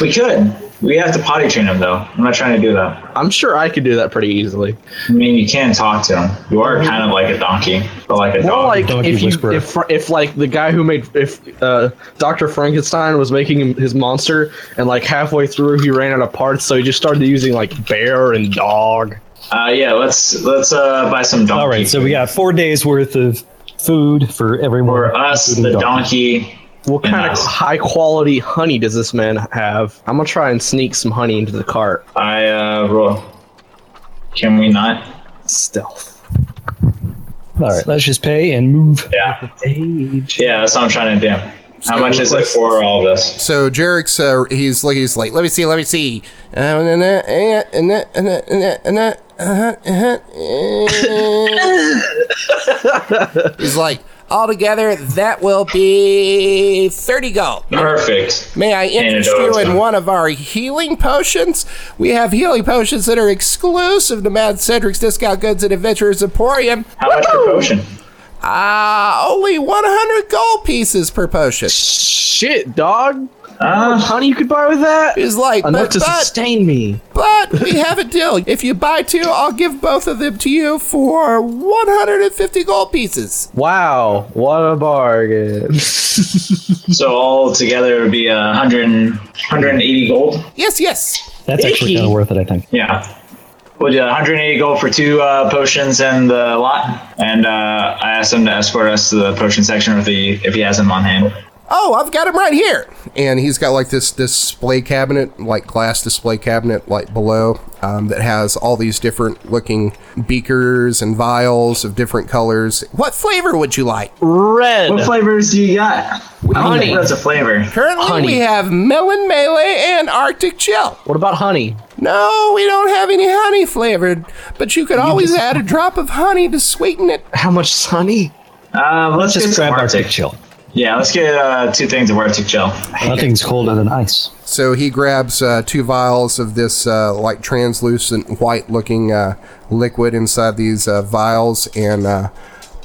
[SPEAKER 4] We could. We have to potty train him though. I'm not trying to do that.
[SPEAKER 7] I'm sure I could do that pretty easily.
[SPEAKER 4] I mean, you can talk to him. You are kind of like a donkey, but like a
[SPEAKER 7] More
[SPEAKER 4] dog.
[SPEAKER 7] like
[SPEAKER 3] donkey
[SPEAKER 7] if you
[SPEAKER 3] whisperer.
[SPEAKER 7] if, if like the guy who made if uh, Doctor Frankenstein was making him his monster and like halfway through he ran out of parts so he just started using like bear and dog.
[SPEAKER 4] Uh, yeah, let's let's uh, buy some donkey.
[SPEAKER 3] All right, so we got four days worth of food for everyone.
[SPEAKER 4] for us the
[SPEAKER 3] including
[SPEAKER 4] donkey.
[SPEAKER 7] What
[SPEAKER 4] And
[SPEAKER 7] kind of
[SPEAKER 4] us.
[SPEAKER 7] high quality honey does this man have? I'm gonna try and sneak some honey into the cart.
[SPEAKER 4] I uh, roll. Can we not?
[SPEAKER 7] Stealth.
[SPEAKER 3] All right, let's just pay and move.
[SPEAKER 4] Yeah. Yeah, that's what I'm trying to do. How much is it for all of us?
[SPEAKER 1] So Jarek's uh, he's like he's like, let me see, let me see. Uh, and that, and that, and that, and that, and that, uh-huh, uh-huh, uh. he's like, altogether that will be thirty gold.
[SPEAKER 4] Perfect.
[SPEAKER 1] May I
[SPEAKER 4] it
[SPEAKER 1] interest you
[SPEAKER 4] does.
[SPEAKER 1] in one of our healing potions? We have healing potions that are exclusive to Mad Cedric's Discount Goods and Adventurers Emporium.
[SPEAKER 4] How much per potion?
[SPEAKER 1] Uh, only 100 gold pieces per potion.
[SPEAKER 7] Shit, dog.
[SPEAKER 4] Uh,
[SPEAKER 7] Honey you could buy with that?
[SPEAKER 1] He's like,
[SPEAKER 7] Enough
[SPEAKER 1] but,
[SPEAKER 7] to
[SPEAKER 1] but,
[SPEAKER 7] sustain me.
[SPEAKER 1] But we have a deal. If you buy two, I'll give both of them to you for 150 gold pieces.
[SPEAKER 7] Wow, what a bargain.
[SPEAKER 4] so all together would be uh, 100, and- 180 gold.
[SPEAKER 1] Yes, yes.
[SPEAKER 3] That's actually kind of worth it, I think.
[SPEAKER 4] Yeah. We'll do 180 gold for two uh, potions and the lot. And uh, I asked him to escort us to the potion section if he if he has them on hand.
[SPEAKER 1] Oh, I've got him right here. And he's got like this this display cabinet, like glass display cabinet, like below, um, that has all these different looking beakers and vials of different colors. What flavor would you like?
[SPEAKER 4] What
[SPEAKER 7] Red.
[SPEAKER 4] flavors do you got? Honey. That's a flavor.
[SPEAKER 1] Currently,
[SPEAKER 7] Honey.
[SPEAKER 1] we have melon melee and arctic chill.
[SPEAKER 7] What about honey?
[SPEAKER 1] No, we don't have any honey flavored, but you could always add a drop of honey to sweeten it.
[SPEAKER 7] How much is honey?
[SPEAKER 4] Um, let's,
[SPEAKER 3] Just
[SPEAKER 4] get some
[SPEAKER 3] grab
[SPEAKER 4] Arctic.
[SPEAKER 3] Arctic chill.
[SPEAKER 4] Yeah, let's get uh, two things of Arctic gel.
[SPEAKER 3] Nothing's colder than ice.
[SPEAKER 1] So he grabs uh, two vials of this uh, like translucent white looking uh, liquid inside these uh, vials and uh,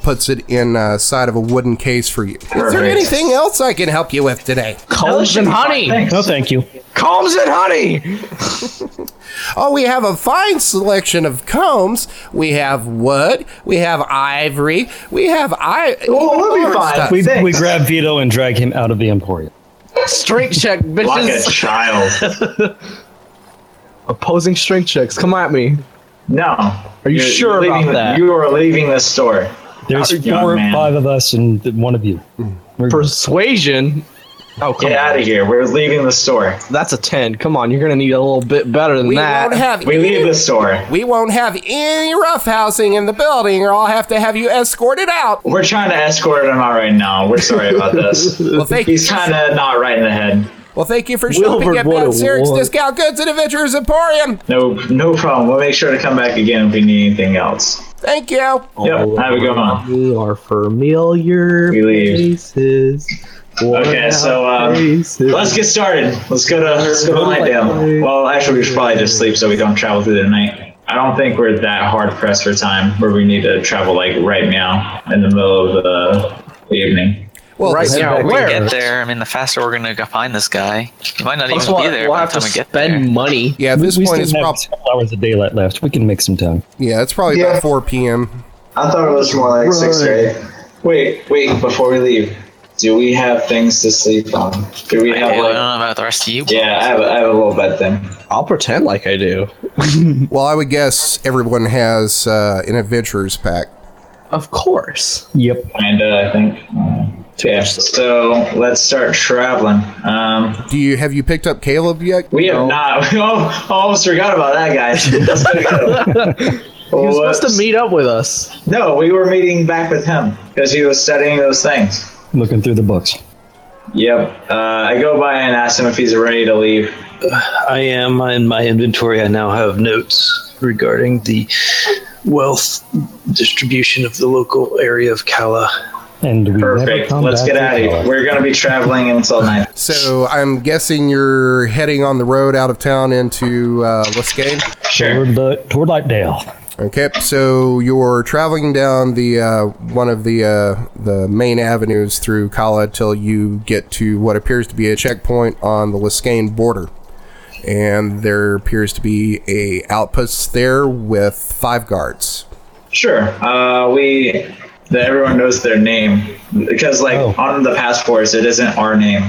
[SPEAKER 1] puts it inside of a wooden case for you. Is there
[SPEAKER 4] Perfect.
[SPEAKER 1] anything else I can help you with today?
[SPEAKER 7] Combs and honey.
[SPEAKER 3] No, Oh, thank you.
[SPEAKER 7] Combs and honey.
[SPEAKER 1] Oh, we have a fine selection of combs. We have wood. We have ivory. We have I.
[SPEAKER 4] Well, we'll be
[SPEAKER 1] Lord,
[SPEAKER 4] fine.
[SPEAKER 1] stop.
[SPEAKER 3] We,
[SPEAKER 4] Thanks.
[SPEAKER 3] we grab Vito and drag him out of the Emporium.
[SPEAKER 7] Strength check,
[SPEAKER 4] Like a
[SPEAKER 7] bitches.
[SPEAKER 4] child.
[SPEAKER 7] Opposing strength checks. Come at me.
[SPEAKER 4] No. Are
[SPEAKER 7] you sure
[SPEAKER 4] leaving
[SPEAKER 7] about
[SPEAKER 4] the-
[SPEAKER 7] that?
[SPEAKER 4] You are leaving the store.
[SPEAKER 3] There's
[SPEAKER 4] Young
[SPEAKER 3] four,
[SPEAKER 4] man.
[SPEAKER 3] five of us, and th- one of you. We're-
[SPEAKER 7] Persuasion. Oh, come
[SPEAKER 4] Get
[SPEAKER 7] on.
[SPEAKER 4] out of here. We're leaving the store.
[SPEAKER 7] That's a 10. Come on, you're going to need a little bit better than
[SPEAKER 1] We
[SPEAKER 7] that.
[SPEAKER 1] won't have.
[SPEAKER 4] We leave the store.
[SPEAKER 1] we won't have any roughhousing in the building, or I'll have to have you escorted out.
[SPEAKER 4] We're trying to escort him out right now. We're sorry about this.
[SPEAKER 1] Well, thank you.
[SPEAKER 4] He's kind of not right in the head.
[SPEAKER 1] Well, thank you for
[SPEAKER 7] Wilbur,
[SPEAKER 1] shopping at
[SPEAKER 7] what a
[SPEAKER 1] Mount Syrinx
[SPEAKER 7] lord.
[SPEAKER 1] Discount Goods and Adventurers Emporium.
[SPEAKER 4] No, no problem. We'll make sure to come back again if we need anything else.
[SPEAKER 1] Thank you.
[SPEAKER 7] Oh,
[SPEAKER 4] Yep, have a good one.
[SPEAKER 7] We are familiar
[SPEAKER 4] We leave.
[SPEAKER 7] faces. oh.
[SPEAKER 4] Okay, so, um, Let's get started. Let's go to let's go to Lightdale. Well, actually, we should probably just sleep so we don't travel through the night. I don't think we're that hard pressed for time where we need to travel like right now in the middle of the, the evening.
[SPEAKER 1] Well,
[SPEAKER 7] right now,
[SPEAKER 6] When
[SPEAKER 7] where?
[SPEAKER 6] we get there, I mean, the faster we're going to find this guy, he might not
[SPEAKER 7] Plus,
[SPEAKER 6] even
[SPEAKER 7] we'll,
[SPEAKER 6] be there
[SPEAKER 7] we'll
[SPEAKER 6] by
[SPEAKER 7] have to
[SPEAKER 6] the time we get
[SPEAKER 7] spend money.
[SPEAKER 1] yeah, at this
[SPEAKER 3] we
[SPEAKER 1] point,
[SPEAKER 3] still
[SPEAKER 1] it's
[SPEAKER 3] have
[SPEAKER 1] probably
[SPEAKER 3] several hours of daylight left. We can make some time.
[SPEAKER 1] yeah, it's probably
[SPEAKER 4] Yeah.
[SPEAKER 1] about four p.m.
[SPEAKER 4] I thought it was more like six or eight. Wait, wait, before we leave, do we have things to sleep on? Do we
[SPEAKER 6] there.
[SPEAKER 4] have
[SPEAKER 6] I uh, don't
[SPEAKER 4] like
[SPEAKER 6] know about the rest of you.
[SPEAKER 4] Yeah, I have, a- I have a little bed thing.
[SPEAKER 7] I'll pretend like I do.
[SPEAKER 1] Well, I would guess everyone has uh, an adventurers pack.
[SPEAKER 7] Of course.
[SPEAKER 3] Yep.
[SPEAKER 4] Kinda, I think. Yeah, so let's start traveling. Um,
[SPEAKER 1] Do you have you picked up Caleb yet?
[SPEAKER 4] We have not. We al- almost forgot about that, guys. That's pretty good.
[SPEAKER 7] He was supposed
[SPEAKER 4] Whoops.
[SPEAKER 7] to meet up with us.
[SPEAKER 4] No, we were meeting back with him because he was studying those things.
[SPEAKER 3] Looking through the books.
[SPEAKER 4] Yep. Uh, I go by and ask him if he's ready to leave.
[SPEAKER 5] I am in my inventory. I now have notes regarding the wealth distribution of the local area of Kala.
[SPEAKER 3] And we never
[SPEAKER 4] Perfect.
[SPEAKER 3] come
[SPEAKER 4] Let's
[SPEAKER 3] back
[SPEAKER 4] get
[SPEAKER 3] to
[SPEAKER 4] out of here.
[SPEAKER 3] college.
[SPEAKER 4] We're going to be traveling until night.
[SPEAKER 1] So I'm guessing you're heading on the road out of town into uh, Liskane.
[SPEAKER 4] Sure.
[SPEAKER 3] Toward, the, toward Lightdale.
[SPEAKER 1] Okay, so you're traveling down the uh, one of the uh, the main avenues through Kala till you get to what appears to be a checkpoint on the Liskane border, and there appears to be a outpost there with five guards.
[SPEAKER 4] Sure. Uh, we. That everyone knows their name because, like,
[SPEAKER 3] Oh.
[SPEAKER 4] on the passports, it isn't our name.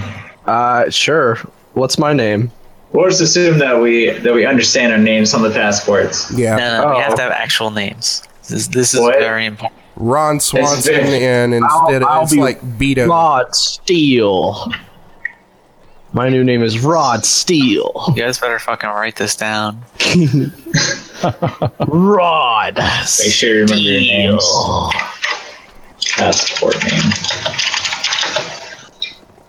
[SPEAKER 7] Uh, sure. What's my name?
[SPEAKER 4] We'll just assume that we that we understand our names on the passports.
[SPEAKER 1] Yeah,
[SPEAKER 6] No, no, no, we have
[SPEAKER 4] Oh.
[SPEAKER 6] to have actual names. This, this is
[SPEAKER 4] What?
[SPEAKER 6] very important.
[SPEAKER 1] Ron Swanson,
[SPEAKER 4] It's-
[SPEAKER 1] and instead
[SPEAKER 7] I'll- I'll
[SPEAKER 1] it's
[SPEAKER 7] be-
[SPEAKER 1] like Beto.
[SPEAKER 7] Rod Steele. My new name is Rod Steele.
[SPEAKER 6] You guys better fucking write this down.
[SPEAKER 7] Rod.
[SPEAKER 4] Make sure you remember your names. Passport name.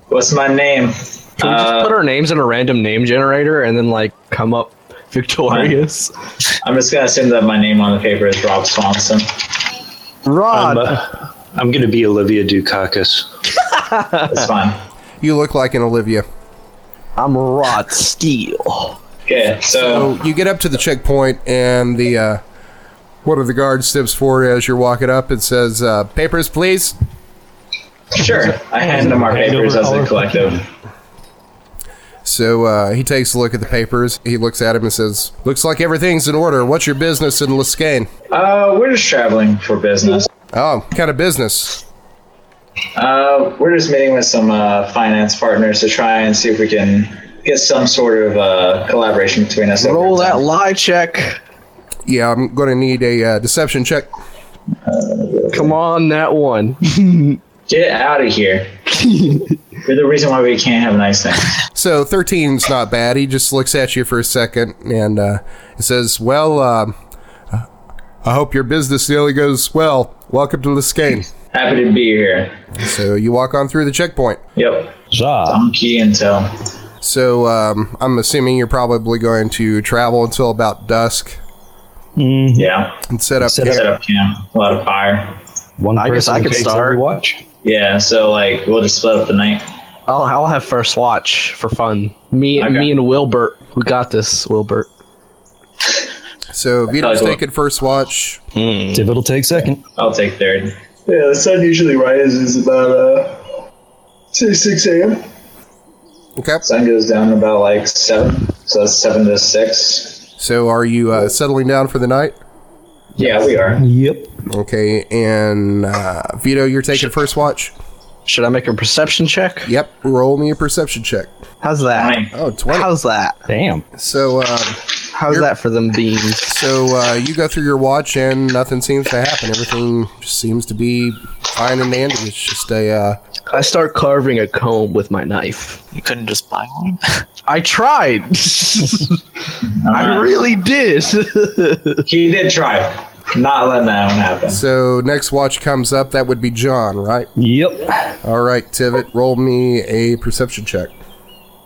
[SPEAKER 4] What's my name?
[SPEAKER 7] Can we
[SPEAKER 4] Uh,
[SPEAKER 7] just put our names in a random name generator and then like come up victorious?
[SPEAKER 4] I'm just gonna assume that my name on the paper is Rob Swanson.
[SPEAKER 5] I'm,
[SPEAKER 4] Um,
[SPEAKER 7] Rod.
[SPEAKER 5] uh, I'm going to be Olivia Dukakis.
[SPEAKER 4] That's fine.
[SPEAKER 1] You look like an Olivia.
[SPEAKER 7] I'm Rod Steele.
[SPEAKER 4] Okay, so
[SPEAKER 1] So you get up to the checkpoint, and the uh, one of the guards steps forward as you're walking up and says, uh, "Papers, please."
[SPEAKER 4] sure, I hand them our papers as a collective.
[SPEAKER 1] So uh, he takes a look at the papers. He looks at him and says, "Looks like everything's in order. What's your business in Liskane?"
[SPEAKER 4] Uh, we're just traveling for business.
[SPEAKER 1] Oh, kind of business.
[SPEAKER 4] Uh, we're just meeting with some uh, finance partners to try and see if we can get some sort of uh, collaboration between us. over
[SPEAKER 7] Roll that
[SPEAKER 4] time.
[SPEAKER 7] lie check.
[SPEAKER 1] Yeah, I'm going to need a uh, deception check.
[SPEAKER 7] Come on, that one.
[SPEAKER 4] Get out of here. You're the reason why we can't have nice things.
[SPEAKER 1] So 13's not bad. He just looks at you for a second and uh, he says, "Well, um I hope your business really goes well. Welcome to Liskane."
[SPEAKER 4] Happy to be here.
[SPEAKER 1] so you walk on through the checkpoint.
[SPEAKER 4] Yep.
[SPEAKER 3] Zah.
[SPEAKER 4] Monkey and Toe.
[SPEAKER 1] So um, I'm assuming you're probably going to travel until about dusk
[SPEAKER 4] Yeah.
[SPEAKER 1] and set up.
[SPEAKER 3] Set up-
[SPEAKER 4] Set up camp. A lot of fire.
[SPEAKER 3] One
[SPEAKER 7] I guess
[SPEAKER 3] person
[SPEAKER 7] I could
[SPEAKER 3] takes
[SPEAKER 7] start.
[SPEAKER 3] every watch.
[SPEAKER 4] Yeah. So like we'll just split up the night.
[SPEAKER 7] I'll, I'll have first watch for fun. Me and
[SPEAKER 4] Okay.
[SPEAKER 7] me and Wilbert. We got this, Wilbert.
[SPEAKER 1] So Vito's
[SPEAKER 4] Tell you what.
[SPEAKER 1] taking first watch.
[SPEAKER 7] Mm.
[SPEAKER 3] Divid will take second.
[SPEAKER 4] I'll take third. Yeah, the sun usually rises about uh six six a.m.
[SPEAKER 1] Okay.
[SPEAKER 4] Sun goes down about like seven. So that's seven to six.
[SPEAKER 1] So are you uh, settling down for the night?
[SPEAKER 4] Yeah, we are.
[SPEAKER 3] Yep.
[SPEAKER 1] Okay, and uh, Vito, you're taking first watch.
[SPEAKER 7] Should I make a perception check?
[SPEAKER 1] Yep, roll me a perception check.
[SPEAKER 7] How's that?
[SPEAKER 4] Fine.
[SPEAKER 1] Oh, 20.
[SPEAKER 7] How's that?
[SPEAKER 3] Damn.
[SPEAKER 1] so, um,
[SPEAKER 7] How's that for them beans?
[SPEAKER 1] so uh, you go through your watch and nothing seems to happen. Everything just seems to be fine and dandy. It's just a uh,
[SPEAKER 7] I start carving a comb with my knife.
[SPEAKER 6] You couldn't just buy one.
[SPEAKER 7] I tried. I
[SPEAKER 4] Alright.
[SPEAKER 7] really did.
[SPEAKER 4] uh, He did try. Not letting that one happen.
[SPEAKER 1] so next watch comes up. That would be John, right?
[SPEAKER 3] Yep.
[SPEAKER 1] All right, Tivit, roll me a perception check.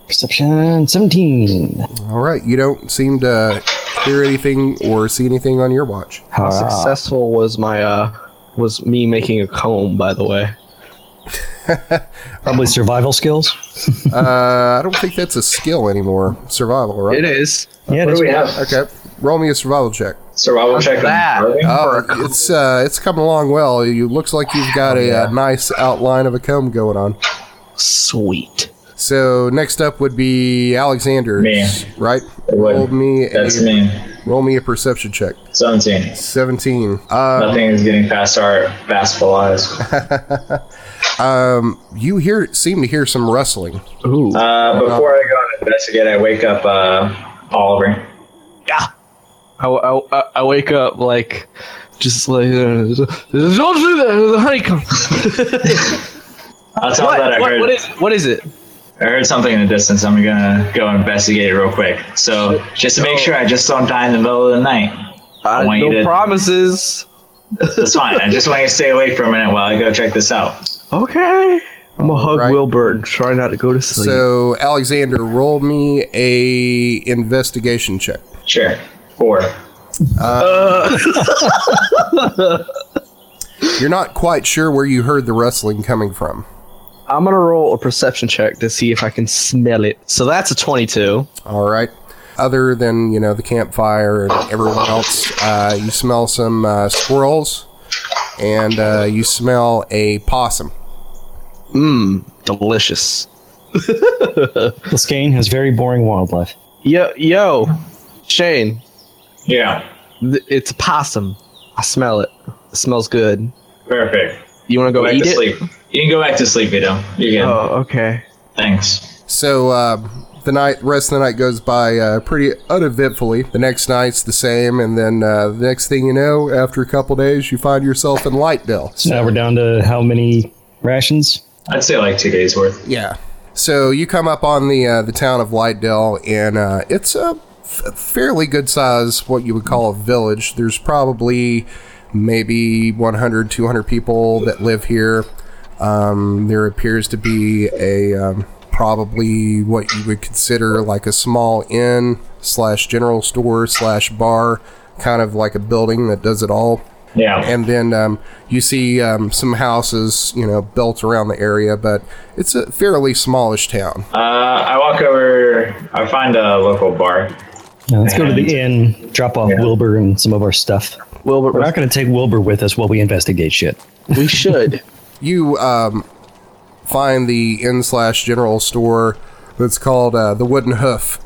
[SPEAKER 3] Perception 17.
[SPEAKER 1] All right, you don't seem to hear anything or see anything on your watch.
[SPEAKER 7] How
[SPEAKER 3] Ah.
[SPEAKER 7] successful was my uh was me making a comb? By the way,
[SPEAKER 3] Probably survival skills.
[SPEAKER 1] Uh, I don't think that's a skill anymore. Survival, right?
[SPEAKER 7] it is.
[SPEAKER 3] Yeah,
[SPEAKER 4] What do we have?
[SPEAKER 1] Okay. Roll me a survival check.
[SPEAKER 4] Survival check. on
[SPEAKER 7] that?
[SPEAKER 4] carving?
[SPEAKER 1] Oh, it's uh, it's coming along well. You looks like you've got
[SPEAKER 4] Oh,
[SPEAKER 1] a, uh nice outline of a comb going on.
[SPEAKER 7] Sweet.
[SPEAKER 1] So next up would be Alexander,
[SPEAKER 4] Me.
[SPEAKER 1] right?
[SPEAKER 4] would.
[SPEAKER 1] Roll me a
[SPEAKER 4] That's me.
[SPEAKER 1] roll me a perception check.
[SPEAKER 4] 17.
[SPEAKER 1] Seventeen. Uh,
[SPEAKER 4] Nothing is getting past our basketball eyes. Uh,
[SPEAKER 1] you hear seem to hear some rustling.
[SPEAKER 7] Ooh.
[SPEAKER 4] Uh, before I go and investigate, I wake up uh, Oliver.
[SPEAKER 7] I, I, I- I wake up like just like uh, don't do that. There's a honeycomb.
[SPEAKER 4] I'll tell him that
[SPEAKER 7] what?
[SPEAKER 4] I
[SPEAKER 7] What,
[SPEAKER 4] heard,
[SPEAKER 7] what is it? What is it?
[SPEAKER 4] I heard something in the distance. I'm gonna go investigate it real quick. So just to make sure I just don't die in the middle of the night.
[SPEAKER 7] I,
[SPEAKER 4] want you
[SPEAKER 7] no
[SPEAKER 4] to-
[SPEAKER 7] promises.
[SPEAKER 4] That's fine. I just want to stay awake for a minute while I go check this out.
[SPEAKER 7] Okay. I'm gonna hug
[SPEAKER 1] Alright.
[SPEAKER 7] Wilbur and try not to go to sleep.
[SPEAKER 1] So Alexander, roll me a investigation check.
[SPEAKER 4] Sure. Four.
[SPEAKER 1] You're not quite sure where you heard the rustling coming from.
[SPEAKER 7] I'm gonna roll a perception check to see if I can smell it. So that's a 22.
[SPEAKER 1] All right. Other than you know the campfire and everyone else, uh, you smell some uh, squirrels, and uh, you smell a possum.
[SPEAKER 7] Delicious.
[SPEAKER 3] Liskane has very boring wildlife.
[SPEAKER 7] Yo, yo, Shane,
[SPEAKER 4] Yeah.
[SPEAKER 7] th- it's a possum. I smell it. It smells good.
[SPEAKER 4] Perfect.
[SPEAKER 7] You wanna go,
[SPEAKER 4] Go back
[SPEAKER 7] eat
[SPEAKER 4] to
[SPEAKER 7] it?
[SPEAKER 4] sleep. You can go back to sleep, Vito. You can.
[SPEAKER 7] Oh, okay.
[SPEAKER 4] Thanks.
[SPEAKER 1] So uh, the night, rest of the night goes by uh, pretty uneventfully. The next night's the same, and then uh, the next thing you know, after a couple days, you find yourself in Lightdale.
[SPEAKER 3] So now we're down to how many rations?
[SPEAKER 4] I'd say like two days worth.
[SPEAKER 1] Yeah. So you come up on the uh, the town of Lightdale, and uh, it's a f- fairly good size, what you would call a village. There's probably maybe 100, 200 people that live here. Um, there appears to be a um, probably what you would consider like a small inn slash general store slash bar, kind of like a building that does it all
[SPEAKER 4] Yeah.
[SPEAKER 1] and then um, you see um, some houses, you know, built around the area, but it's a fairly smallish town.
[SPEAKER 4] Uh, I walk over. I find a local bar.
[SPEAKER 3] Now let's go to the inn, drop off Wilbur and some of our stuff.
[SPEAKER 7] Wilbur,
[SPEAKER 3] We're not going to take Wilbur with us while we investigate shit.
[SPEAKER 7] we should.
[SPEAKER 1] You um, find the in slash general store that's called uh, the Wooden Hoof.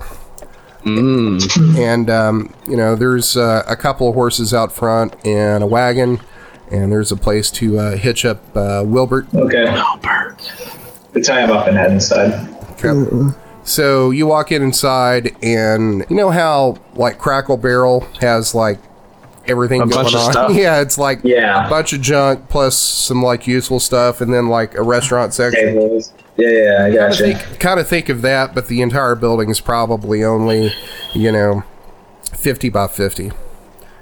[SPEAKER 1] And, um, you know, there's uh, a couple of horses out front and a wagon, and there's a place to uh, hitch up uh, Wilbert.
[SPEAKER 4] Okay. We tie him up and head inside.
[SPEAKER 1] So you walk in inside, and you know how like Crackle Barrel has like everything
[SPEAKER 7] A
[SPEAKER 1] going
[SPEAKER 7] bunch of
[SPEAKER 1] on.
[SPEAKER 7] stuff.
[SPEAKER 1] Yeah, it's like
[SPEAKER 4] Yeah.
[SPEAKER 1] a bunch of junk plus some like useful stuff, and then like a restaurant section.
[SPEAKER 4] Tables. Yeah, yeah, I
[SPEAKER 1] Kind of
[SPEAKER 4] gotcha.
[SPEAKER 1] think, kind of think of that, but the entire building is probably only you know fifty by fifty.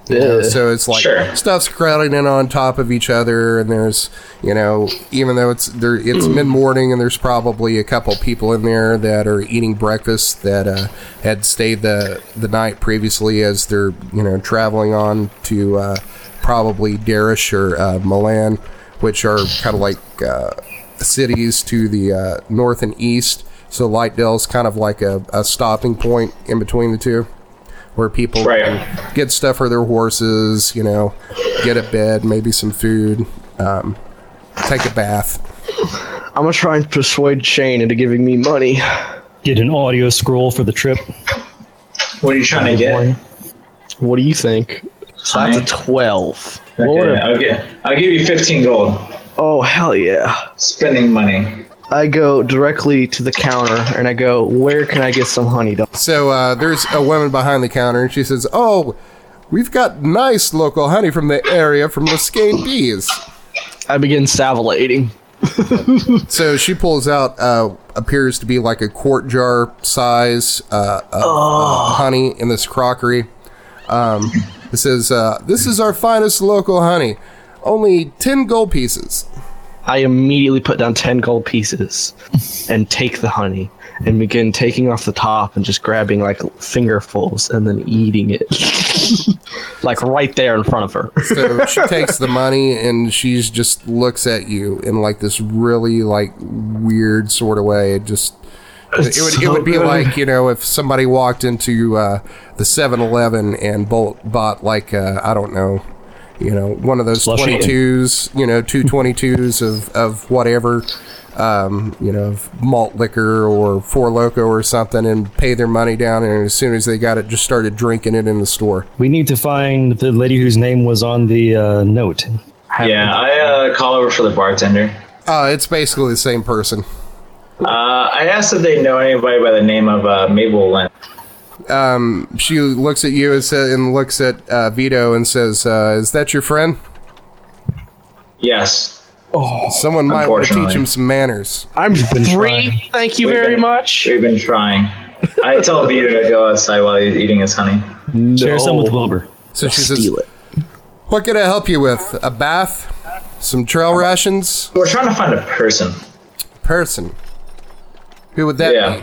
[SPEAKER 1] You know,
[SPEAKER 7] Ugh.
[SPEAKER 1] so it's like
[SPEAKER 4] Sure.
[SPEAKER 1] stuff's crowding in on top of each other, and there's you know even though it's there it's mid morning and there's probably a couple people in there that are eating breakfast that uh, had stayed the the night previously as they're you know traveling on to uh, probably Darish or uh, Milan, which are kind of like uh, cities to the uh, north and east. So Lightdale's kind of like a, a stopping point in between the two where people
[SPEAKER 4] Right.
[SPEAKER 1] can get stuff for their horses, you know, get a bed, maybe some food, um, take a bath.
[SPEAKER 7] I'm gonna try and persuade Shane into giving me money.
[SPEAKER 3] Get an audio scroll for the trip.
[SPEAKER 4] What are you trying to get?
[SPEAKER 7] What do you think? So that's a 12. What
[SPEAKER 4] Okay,
[SPEAKER 7] a-
[SPEAKER 4] I'll, get, I'll give you 15 gold.
[SPEAKER 7] oh, hell yeah.
[SPEAKER 4] Spending money.
[SPEAKER 7] I go directly to the counter and I go, "Where can I get some honey?" Dog?
[SPEAKER 1] So uh, there's a woman behind the counter, and she says, "Oh, we've got nice local honey from the area from Liskane bees."
[SPEAKER 7] I begin salivating.
[SPEAKER 1] So she pulls out uh, appears to be like a quart jar size uh, of uh, honey in this crockery. Um, it says, uh, "This is our finest local honey, only ten gold pieces."
[SPEAKER 7] I immediately put down ten gold pieces and take the honey. and begin taking off the top and just grabbing like fingerfuls and then eating it, like right there in front of her.
[SPEAKER 1] So she takes the money and she's just looks at you in like this really like weird sort of way. It just it, would it would be like you know if somebody walked into uh, the 7-Eleven and bolt bought like uh, I don't know you know one of those
[SPEAKER 3] Slushy.
[SPEAKER 1] twenty twos you know two twenty twos of of whatever um, you know of malt liquor or four loco or something and pay their money down and as soon as they got it just started drinking it in the store.
[SPEAKER 3] We need to find the lady whose name was on the uh, note.
[SPEAKER 4] Yeah, I uh, call over for the bartender.
[SPEAKER 1] Uh, it's basically the same person.
[SPEAKER 4] Uh, I asked if they know anybody by the name of uh, Mabel Lynn.
[SPEAKER 1] She looks at you and, sa- and looks at uh, Vito and says, uh, "Is that your friend?
[SPEAKER 4] Yes.
[SPEAKER 1] Someone might want to teach
[SPEAKER 4] Unfortunately.
[SPEAKER 1] him some manners."
[SPEAKER 7] I'm
[SPEAKER 3] trying.
[SPEAKER 7] free. Thank you very
[SPEAKER 4] been-
[SPEAKER 7] much.
[SPEAKER 4] We've been trying. I told Peter to go outside while he's eating his honey.
[SPEAKER 3] Share some
[SPEAKER 5] Oh.
[SPEAKER 3] with Wilbur.
[SPEAKER 1] So she says,
[SPEAKER 7] Steal it.
[SPEAKER 1] "What can I help you with? A bath, some trail rations,
[SPEAKER 4] We're trying to find a person.
[SPEAKER 1] person. Who would that
[SPEAKER 4] Yeah.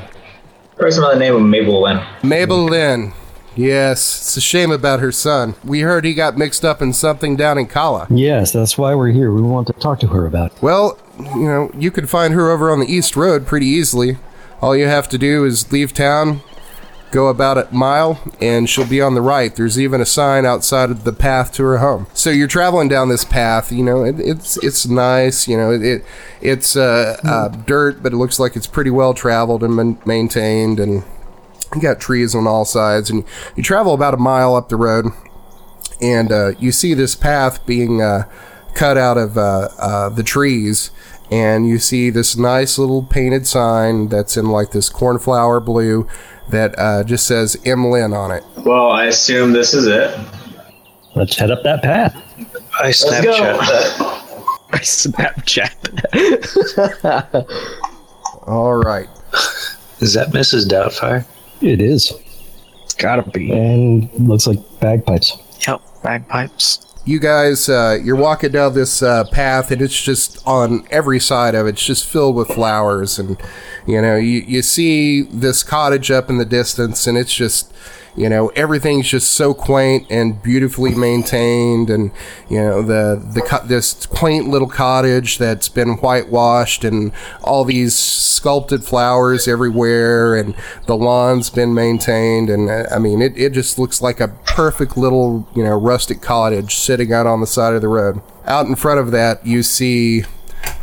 [SPEAKER 4] Person by the name of Mabel Lynn.
[SPEAKER 1] be? Mabel Lynn. Yes, it's a shame about her son. We heard he got mixed up in something down in Kala.
[SPEAKER 3] Yes, that's why we're here. We want to talk to her about it.
[SPEAKER 1] Well, you know, you could find her over on the East Road pretty easily. All you have to do is leave town, go about a mile, and she'll be on the right. There's even a sign outside of the path to her home. So you're traveling down this path. You know, it, it's it's nice. You know, it, it it's uh, uh, dirt, but it looks like it's pretty well traveled and man- maintained, and you got trees on all sides. And you travel about a mile up the road, and uh, you see this path being uh, cut out of uh, uh, the trees, and you see this nice little painted sign that's in like this cornflower blue that uh, just says M. Lynn on it.
[SPEAKER 4] Well, I assume this is it.
[SPEAKER 3] Let's head up that path.
[SPEAKER 5] I
[SPEAKER 4] Let's
[SPEAKER 5] Snapchat.
[SPEAKER 4] go.
[SPEAKER 7] I Snapchat.
[SPEAKER 1] All right.
[SPEAKER 5] Is that Mrs. Doubtfire?
[SPEAKER 3] It is.
[SPEAKER 7] It's gotta be.
[SPEAKER 3] And looks like bagpipes.
[SPEAKER 6] Yep, bagpipes.
[SPEAKER 1] You guys, uh, you're walking down this uh, path, and it's just on every side of it, it's just filled with flowers. And, you know, you, you see this cottage up in the distance, and it's just, you know, everything's just so quaint and beautifully maintained. And, you know, the, the co- this quaint little cottage that's been whitewashed, and all these sculpted flowers everywhere, and the lawn's been maintained. And, uh, I mean, it, it just looks like a perfect little, you know, rustic cottage sitting out on the side of the road. Out in front of that, you see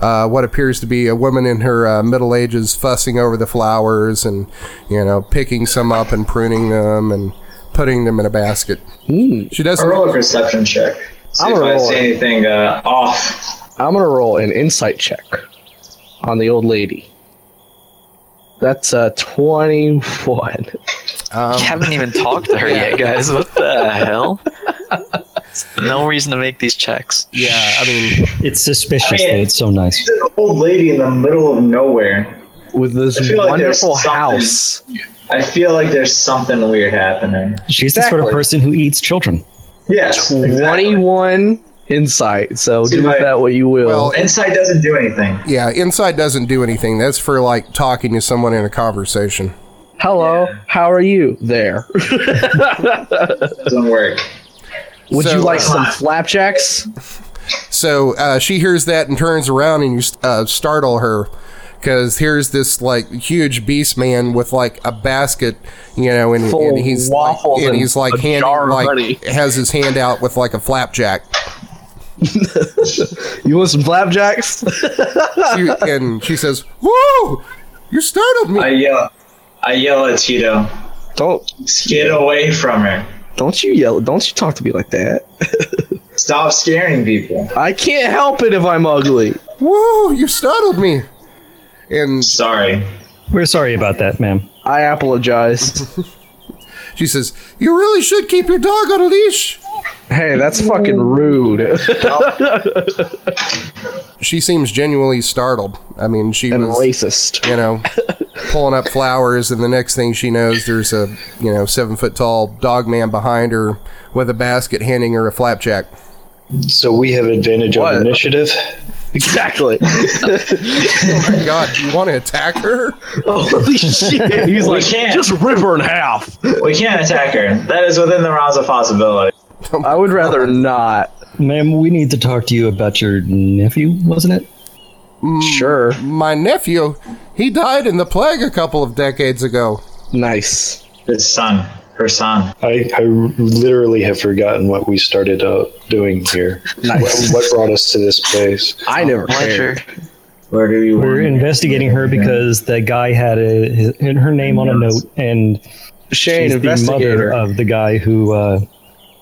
[SPEAKER 1] uh, what appears to be a woman in her uh, middle ages fussing over the flowers and you know picking some up and pruning them and putting them in a basket.
[SPEAKER 7] Hmm.
[SPEAKER 1] She
[SPEAKER 4] I'll
[SPEAKER 1] doesn't.
[SPEAKER 4] roll a perception check. See
[SPEAKER 7] I'll
[SPEAKER 4] if I
[SPEAKER 7] roll
[SPEAKER 4] see
[SPEAKER 7] it.
[SPEAKER 4] anything uh, off.
[SPEAKER 7] I'm gonna roll an insight check on the old lady. That's uh, a 21.
[SPEAKER 1] Um,
[SPEAKER 6] you haven't even talked to her yet, guys. What the hell? No reason to make these checks.
[SPEAKER 1] yeah, I mean,
[SPEAKER 3] It's suspicious that it's so nice.
[SPEAKER 4] She's an old lady in the middle of nowhere.
[SPEAKER 7] With this
[SPEAKER 4] I feel like there's
[SPEAKER 7] wonderful
[SPEAKER 4] something-
[SPEAKER 7] house.
[SPEAKER 4] I feel like there's something weird happening.
[SPEAKER 3] She's the sort of
[SPEAKER 7] Exactly.
[SPEAKER 3] person who eats children.
[SPEAKER 4] Yes. exactly.
[SPEAKER 7] 21 insight, so
[SPEAKER 4] See,
[SPEAKER 7] do
[SPEAKER 4] my-
[SPEAKER 7] with that what you will.
[SPEAKER 1] well,
[SPEAKER 4] Insight doesn't do anything.
[SPEAKER 1] yeah, inside doesn't do anything. That's for like talking to someone in a conversation.
[SPEAKER 7] Hello, how are you? There.
[SPEAKER 4] doesn't work.
[SPEAKER 7] Would
[SPEAKER 1] So,
[SPEAKER 7] you like
[SPEAKER 1] uh,
[SPEAKER 7] some flapjacks?
[SPEAKER 1] So uh, she hears that and turns around, and you uh, startle her because here's this like huge beast man with like a basket, you know, and,
[SPEAKER 7] Full
[SPEAKER 1] and he's
[SPEAKER 7] waffles
[SPEAKER 1] like, and
[SPEAKER 7] and
[SPEAKER 1] he's like
[SPEAKER 7] a
[SPEAKER 1] handing
[SPEAKER 7] jar of
[SPEAKER 1] like
[SPEAKER 7] honey.
[SPEAKER 1] has his hand out with like a flapjack,
[SPEAKER 7] You want some flapjacks?
[SPEAKER 1] She- and she says, "Whoa, you startled me!"
[SPEAKER 4] I yell. I yell at Tito.
[SPEAKER 7] don't
[SPEAKER 4] Get away from her.
[SPEAKER 7] don't you yell don't you talk to me like that.
[SPEAKER 4] Stop scaring people.
[SPEAKER 7] I can't help it if I'm ugly.
[SPEAKER 1] Whoa, you startled me! And
[SPEAKER 4] Sorry.
[SPEAKER 3] We're sorry about that, ma'am.
[SPEAKER 7] I apologize.
[SPEAKER 1] she says, "You really should keep your dog on a leash."
[SPEAKER 7] hey, that's fucking rude.
[SPEAKER 1] She seems genuinely startled. I mean, she
[SPEAKER 7] and
[SPEAKER 1] was
[SPEAKER 7] racist.
[SPEAKER 1] you know, pulling up flowers, and the next thing she knows, there's a you know seven foot tall dog man behind her with a basket handing her a flapjack.
[SPEAKER 5] So we have advantage
[SPEAKER 7] What?
[SPEAKER 5] on initiative.
[SPEAKER 7] Exactly.
[SPEAKER 1] Oh my god, you want to attack her?
[SPEAKER 7] Holy shit. He's like,
[SPEAKER 4] can't.
[SPEAKER 7] just rip her in half.
[SPEAKER 4] We can't attack her. That is within the realms of possibility.
[SPEAKER 7] I would rather not.
[SPEAKER 3] Ma'am, we need to talk to you about your nephew, wasn't it?
[SPEAKER 7] Sure.
[SPEAKER 1] My nephew, he died in the plague a couple of decades ago.
[SPEAKER 7] Nice.
[SPEAKER 4] His son, her son.
[SPEAKER 5] I, I literally have forgotten what we started out doing here.
[SPEAKER 7] Nice.
[SPEAKER 5] what brought us to this place?
[SPEAKER 7] I never cared.
[SPEAKER 6] Ledger.
[SPEAKER 4] Where do you?
[SPEAKER 3] We're
[SPEAKER 4] want-
[SPEAKER 3] investigating her because the guy had a, his, her name on a note, and
[SPEAKER 7] Shane,
[SPEAKER 3] she's the mother
[SPEAKER 7] investigator.
[SPEAKER 3] of the guy who uh,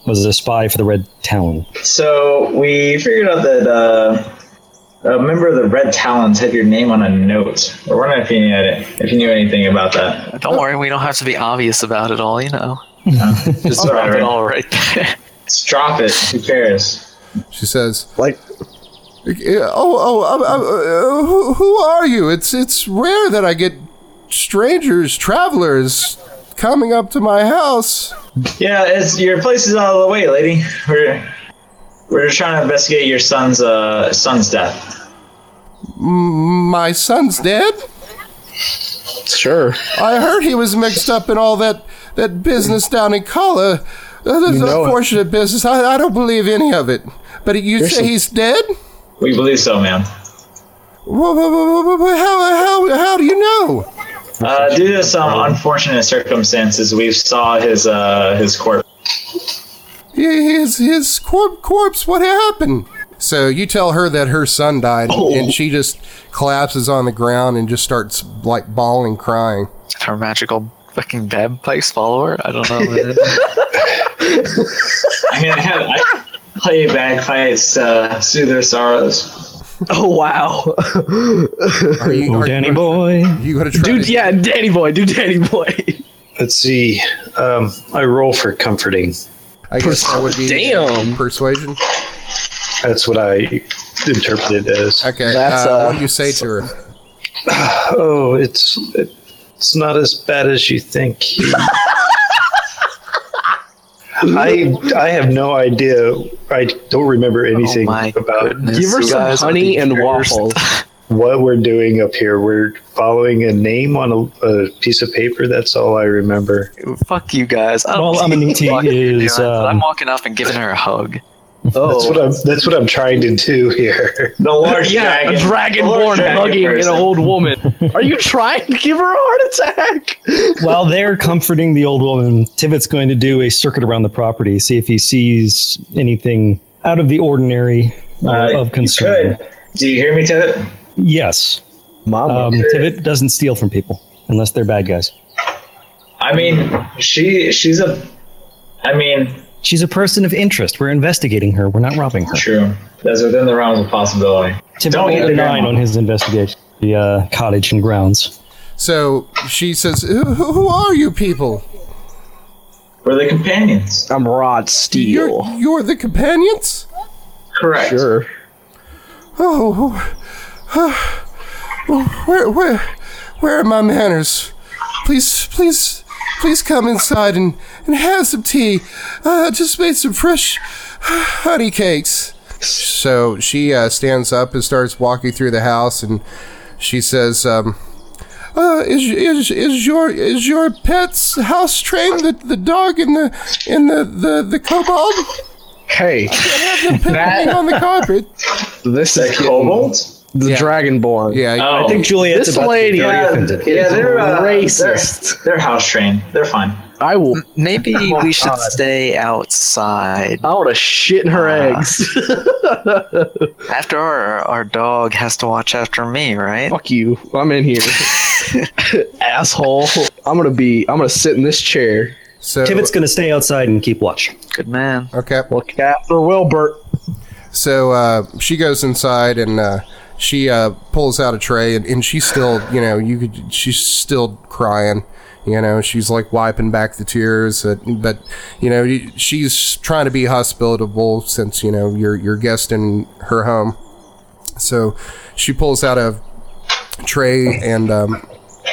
[SPEAKER 3] was a spy for the Red Talon.
[SPEAKER 4] So we figured out that uh, a member of the Red Talons had your name on a note. We're wondering if you knew it- if you knew anything about that.
[SPEAKER 6] Don't worry, we don't have to be obvious about it all, you know. Just drop
[SPEAKER 4] Alright.
[SPEAKER 6] it all right there.
[SPEAKER 4] Just drop it. Who cares?
[SPEAKER 1] She says,
[SPEAKER 7] Like,
[SPEAKER 1] Yeah, Oh, oh, I'm, I'm, uh, who, who are you? It's it's rare that I get strangers, travelers coming up to my house.
[SPEAKER 4] Yeah, it's your place is out of the way, lady. We're we're just trying to investigate your son's uh son's death.
[SPEAKER 1] My son's dead.
[SPEAKER 7] sure.
[SPEAKER 1] I heard he was mixed up in all that that business down in Kala. Uh, That's
[SPEAKER 7] know it.
[SPEAKER 1] unfortunate business. I, I don't believe any of it. But you say
[SPEAKER 7] some-
[SPEAKER 1] he's dead?
[SPEAKER 4] We believe so, ma'am.
[SPEAKER 1] Wha- wha- wha- wha- wha- How, how, how do you know?
[SPEAKER 4] Uh, due to some unfortunate circumstances, we saw his uh his corpse.
[SPEAKER 1] His, his corp- corpse, what happened? So you tell her that her son died, and she just collapses on the ground and just starts like bawling, crying.
[SPEAKER 6] Our magical fucking bagpipes follower. I don't know. what it is.
[SPEAKER 4] I mean, I have I play bagpipes to soothe their sorrows.
[SPEAKER 7] Oh, wow.
[SPEAKER 1] Are you,
[SPEAKER 3] Oh,
[SPEAKER 1] are
[SPEAKER 3] Danny boy.
[SPEAKER 1] you going to try?
[SPEAKER 7] Dude,
[SPEAKER 1] to-
[SPEAKER 7] yeah, Danny boy. Do Danny boy.
[SPEAKER 5] Let's see. Um, I roll for comforting.
[SPEAKER 1] I guess that would be
[SPEAKER 7] Damn.
[SPEAKER 1] persuasion.
[SPEAKER 5] That's what I interpreted as.
[SPEAKER 1] Okay,
[SPEAKER 7] That's,
[SPEAKER 1] uh, what
[SPEAKER 7] uh,
[SPEAKER 1] do you say to her?
[SPEAKER 5] Oh, it's it's not as bad as you think. I I have no idea. I don't remember anything
[SPEAKER 6] Oh my
[SPEAKER 5] about
[SPEAKER 6] goodness.
[SPEAKER 7] Give her
[SPEAKER 6] You
[SPEAKER 7] some
[SPEAKER 6] guys are
[SPEAKER 7] honey
[SPEAKER 6] the
[SPEAKER 7] and
[SPEAKER 6] cursed.
[SPEAKER 7] waffles.
[SPEAKER 5] what we're doing up here. We're following a name on a, a piece of paper. That's all I remember.
[SPEAKER 6] Fuck you guys. I don't
[SPEAKER 3] Well, I mean,
[SPEAKER 6] give a
[SPEAKER 3] he
[SPEAKER 6] fuck, to be
[SPEAKER 3] is,
[SPEAKER 6] honest, but I'm
[SPEAKER 3] um,
[SPEAKER 6] walking up and giving her a hug.
[SPEAKER 5] That's what I'm. That's what I'm trying to do here.
[SPEAKER 4] The large
[SPEAKER 7] Yeah,
[SPEAKER 4] dragon,
[SPEAKER 7] a
[SPEAKER 4] the large
[SPEAKER 7] dragonborn
[SPEAKER 4] dragon
[SPEAKER 7] hugging an
[SPEAKER 4] person.
[SPEAKER 7] old woman. Are you trying to give her a heart attack?
[SPEAKER 3] While they're comforting the old woman, Tibbet's going to do a circuit around the property, see if he sees anything out of the ordinary uh,
[SPEAKER 4] Uh,
[SPEAKER 3] of
[SPEAKER 4] you
[SPEAKER 3] concern.
[SPEAKER 4] could. Do you hear me, Ted?
[SPEAKER 3] Yes.
[SPEAKER 7] Mama.
[SPEAKER 3] Um, Tibbet doesn't steal from people unless they're bad guys.
[SPEAKER 4] I mean, she she's a. I mean,
[SPEAKER 3] She's a person of interest. We're investigating her. We're not robbing her.
[SPEAKER 4] true. That's within the realms of possibility.
[SPEAKER 3] Tibbet
[SPEAKER 4] Don't
[SPEAKER 3] rolled
[SPEAKER 4] eat
[SPEAKER 3] a
[SPEAKER 4] the
[SPEAKER 3] nine
[SPEAKER 4] grandma.
[SPEAKER 3] on his investigation. The uh, cottage and grounds.
[SPEAKER 1] So she says, "Who, who who are you people?
[SPEAKER 4] We're the companions.
[SPEAKER 7] I'm Rod Steele.
[SPEAKER 1] You're you're the companions?
[SPEAKER 4] Correct.
[SPEAKER 7] Sure.
[SPEAKER 1] Oh, oh, where where where are my manners? Please please please come inside and and have some tea. Uh, I just made some fresh honey cakes." So she uh, stands up and starts walking through the house, and she says, um, uh, "Is is is your is your pet's house trained? The, the dog and the and the the the kobold?
[SPEAKER 7] Hey,
[SPEAKER 1] Have the pet laying on the carpet."
[SPEAKER 7] this
[SPEAKER 4] The
[SPEAKER 7] is getting,
[SPEAKER 4] kobold.
[SPEAKER 7] the
[SPEAKER 1] Yeah.
[SPEAKER 7] Dragonborn.
[SPEAKER 1] Yeah,
[SPEAKER 4] Oh,
[SPEAKER 3] I think Juliet's
[SPEAKER 7] This
[SPEAKER 3] about
[SPEAKER 7] lady-
[SPEAKER 3] to be very
[SPEAKER 4] yeah,
[SPEAKER 3] offended.
[SPEAKER 4] yeah, they're uh,
[SPEAKER 7] Racist.
[SPEAKER 4] They're, they're house trained. They're fine.
[SPEAKER 7] I will.
[SPEAKER 6] Maybe
[SPEAKER 3] Oh,
[SPEAKER 6] we should stay outside.
[SPEAKER 7] I want to shit in her
[SPEAKER 6] Ah.
[SPEAKER 7] eggs.
[SPEAKER 6] After our, our dog has to watch after me, right?
[SPEAKER 7] Fuck you. I'm in here. Asshole. I'm gonna be. I'm gonna sit in this chair.
[SPEAKER 1] So
[SPEAKER 3] Tibbet's going to stay outside and keep watch.
[SPEAKER 6] Good man.
[SPEAKER 1] okay.
[SPEAKER 7] Look after Wilbert.
[SPEAKER 1] So uh, she goes inside and uh, she uh, pulls out a tray, and, and she's still, you know, you could, she's still crying. You know, she's like wiping back the tears, uh, but you know, y- she's trying to be hospitable since you know you're your guest in her home. So she pulls out a tray, and um,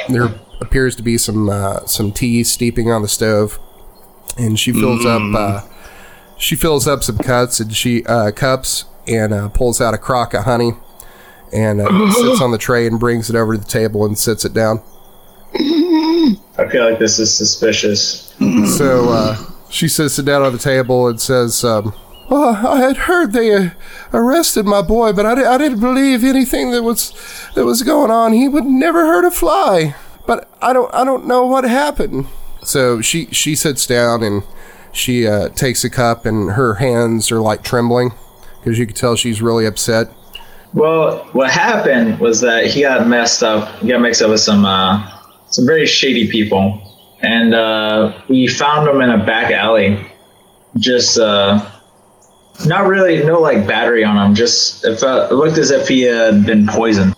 [SPEAKER 1] there appears to be some uh, some tea steeping on the stove, and she fills up. Uh, she fills up some cuts and she uh, cups and uh, pulls out a crock of honey and uh, sits on the tray and brings it over to the table and sits it down.
[SPEAKER 4] I feel like this is suspicious.
[SPEAKER 1] So uh, she sits it down on the table and says, um, well, I had heard they uh, arrested my boy, but I, di- I didn't believe anything that was that was going on. He would never hurt a fly, but I don't I don't know what happened. So she she sits down and she uh, takes a cup and her hands are like trembling because you can tell she's really upset.
[SPEAKER 4] Well, what happened was that he got messed up. He got mixed up with some uh, some very shady people, and uh, we found him in a back alley. Just uh, not really, no like battery on him. Just it, felt, it looked as if he had been poisoned.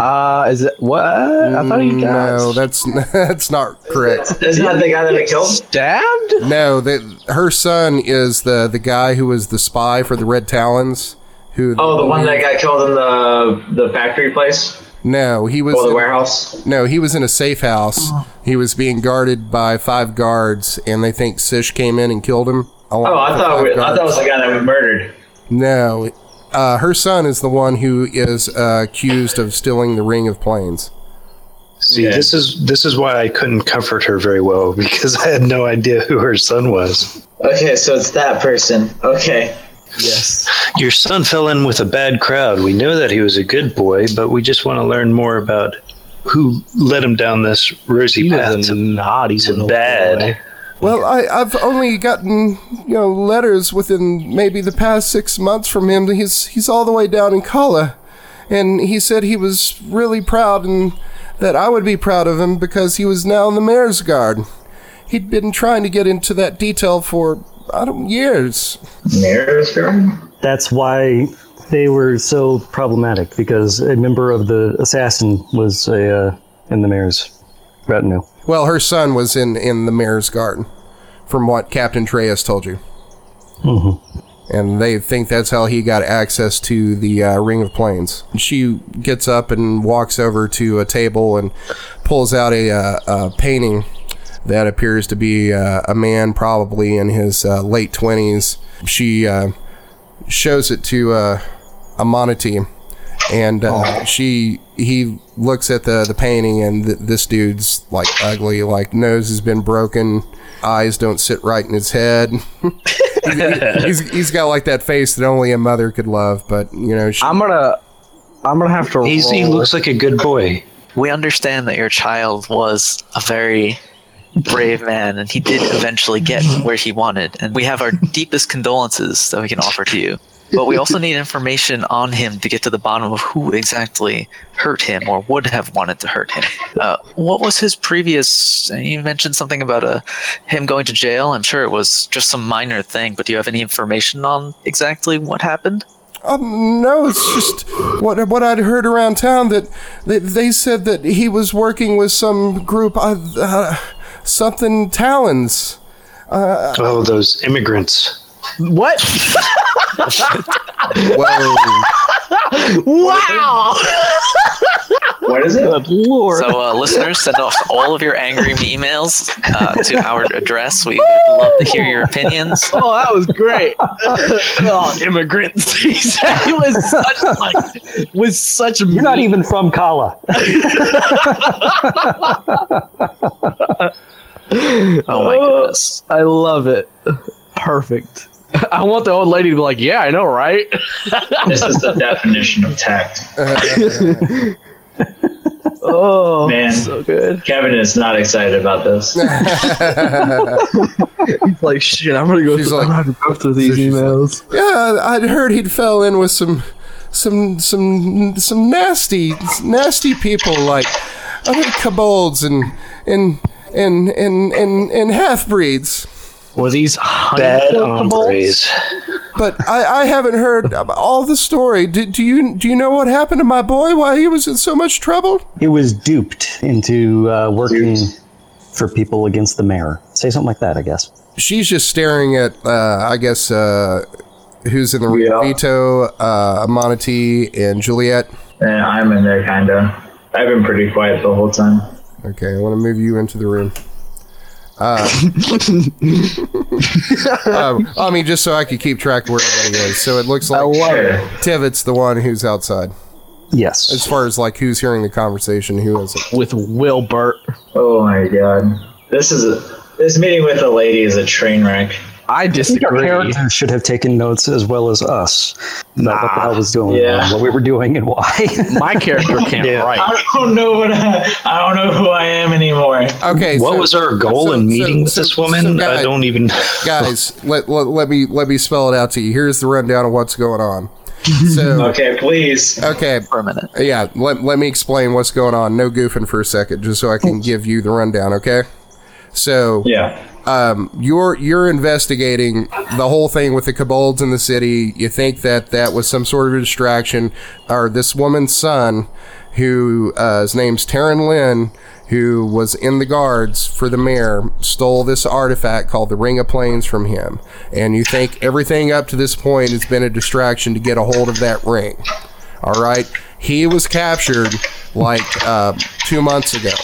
[SPEAKER 7] Uh, is it what? I thought he got
[SPEAKER 1] No, that's that's not correct.
[SPEAKER 4] Isn't that the guy that I killed?
[SPEAKER 7] stabbed.
[SPEAKER 1] No, that her son is the the guy who was the spy for the Red Talons. Who?
[SPEAKER 4] Oh, the one that got killed in the the factory place
[SPEAKER 1] No, he was
[SPEAKER 4] or the
[SPEAKER 1] in-
[SPEAKER 4] warehouse.
[SPEAKER 1] No, he was in a safe house. He was being guarded by five guards, and they think Sish came in and killed him.
[SPEAKER 4] Oh, I thought we, I thought it was the guy that we murdered.
[SPEAKER 1] No, uh, her son is the one who is uh, accused of stealing the Ring of Planes.
[SPEAKER 5] See,
[SPEAKER 4] Yeah.
[SPEAKER 5] this is this is why I couldn't comfort her very well because I had no idea who her son was.
[SPEAKER 4] Okay, so it's that person. Okay.
[SPEAKER 5] Your son fell in with a bad crowd. We know that he was a good boy, but we just want to learn more about who led him down this rosy path to,
[SPEAKER 7] naughty
[SPEAKER 5] to bad.
[SPEAKER 1] Well, I, I've only gotten you know letters within maybe the past six months from him. He's he's all the way down in Kala, and he said he was really proud and that I would be proud of him because he was now in the mayor's guard. He'd been trying to get into that detail for I don't years.
[SPEAKER 4] Mayor's guard?
[SPEAKER 3] That's why they were so problematic because a member of the assassin was a, uh, in the mayor's retinue.
[SPEAKER 1] Well, her son was in in the mayor's guard, from what Captain Treyas told you. And they think that's how he got access to the uh, Ring of Planes. She gets up and walks over to a table and pulls out a, uh, a painting that appears to be uh, a man, probably in his uh, late 20s. She uh, shows it to uh, Amonity, and uh, she he looks at the the painting and th- this dude's like ugly like nose has been broken eyes don't sit right in his head he's, he's got like that face that only a mother could love but you know she,
[SPEAKER 7] I'm gonna, I'm gonna have to.
[SPEAKER 5] He's, he
[SPEAKER 7] roll.
[SPEAKER 5] looks like a good boy.
[SPEAKER 6] We understand that your child was a very brave man and he did eventually get where he wanted. And we have our deepest condolences that we can offer to you. But we also need information on him to get to the bottom of who exactly hurt him or would have wanted to hurt him. Uh, what was his previous? You mentioned something about uh, him going to jail. I'm sure it was just some minor thing, but do you have any information on exactly what happened?
[SPEAKER 1] um, no it's just what what I'd heard around town that they, they said that he was working with some group uh, uh, something talons
[SPEAKER 5] Oh, those immigrants.
[SPEAKER 7] what?
[SPEAKER 1] whoa
[SPEAKER 7] wow!
[SPEAKER 4] What is it?
[SPEAKER 6] So, uh, listeners, send off all of your angry emails uh, to our address. We would love to hear your opinions.
[SPEAKER 7] Oh, that was great. oh, immigrants. he was such like was such.
[SPEAKER 3] You're not even from Kala.
[SPEAKER 6] Oh my goodness!
[SPEAKER 7] Uh, I love it. Perfect. I want the old lady to be like, "Yeah, I know, right?"
[SPEAKER 4] This is the definition of tact.
[SPEAKER 7] Oh,
[SPEAKER 4] Man.
[SPEAKER 7] so good.
[SPEAKER 4] Kevin is not excited about this.
[SPEAKER 7] He's like, "Shit, I'm gonna go."
[SPEAKER 1] She's
[SPEAKER 7] Through,
[SPEAKER 1] like-
[SPEAKER 7] I'm gonna go through these
[SPEAKER 1] she's like-
[SPEAKER 7] emails.
[SPEAKER 1] Yeah, I'd heard he'd fell in with some, some, some, some nasty, nasty people like other kobolds and and and and and, and half breeds.
[SPEAKER 7] Were these
[SPEAKER 5] Bad hombres.
[SPEAKER 1] But I, I haven't heard all the story. Do, do you do you know what happened to my boy? Why he was in so much trouble?
[SPEAKER 3] It was duped into uh, working for people against the mayor. Say something like that, I guess.
[SPEAKER 1] She's just staring at, uh, I guess, uh, who's in the room?
[SPEAKER 4] Yeah.
[SPEAKER 1] Vito, uh, Amonity, and Juliet.
[SPEAKER 4] And I'm in there, kinda. I've been pretty quiet the whole time.
[SPEAKER 1] Okay, I want to move you into the room. Uh, Um, I mean, just so I could keep track where everybody is. So it looks like
[SPEAKER 4] Sure.
[SPEAKER 1] Tibbetts the one who's outside, as
[SPEAKER 3] Yes.
[SPEAKER 1] far as like who's hearing the conversation, who isn't.
[SPEAKER 7] with Wilbert.
[SPEAKER 4] Oh my god. This is a, this meeting with a lady is a train wreck.
[SPEAKER 7] I
[SPEAKER 3] Our
[SPEAKER 7] disagree.
[SPEAKER 3] characters should have taken notes as well as us about what the hell was going
[SPEAKER 4] Yeah.
[SPEAKER 3] on, what we were doing, and why.
[SPEAKER 7] My character can't
[SPEAKER 3] Yeah.
[SPEAKER 7] write.
[SPEAKER 4] I don't know what I, I don't know who I am anymore.
[SPEAKER 1] Okay,
[SPEAKER 5] What
[SPEAKER 1] so-
[SPEAKER 5] was our goal
[SPEAKER 1] so-
[SPEAKER 5] in
[SPEAKER 1] so-
[SPEAKER 5] meeting with
[SPEAKER 1] so-
[SPEAKER 5] this
[SPEAKER 1] so
[SPEAKER 5] woman?
[SPEAKER 1] guys-
[SPEAKER 5] I don't even.
[SPEAKER 1] guys, let, let let me let me spell it out to you. Here's the rundown of what's going on. So
[SPEAKER 4] Okay, please.
[SPEAKER 1] okay,
[SPEAKER 6] for a minute.
[SPEAKER 1] Yeah, let, let me explain what's going on. No goofing for a second, just so I can give you the rundown, okay? So
[SPEAKER 4] Yeah.
[SPEAKER 1] you're you're investigating the whole thing with the kobolds in the city. You think that that was some sort of distraction, or this woman's son, who uh, his name's Taryn Lynn, who was in the guards for the mayor, stole this artifact called the Ring of Planes from him, and you think everything up to this point has been a distraction to get a hold of that ring. All right. He was captured like uh, two months ago.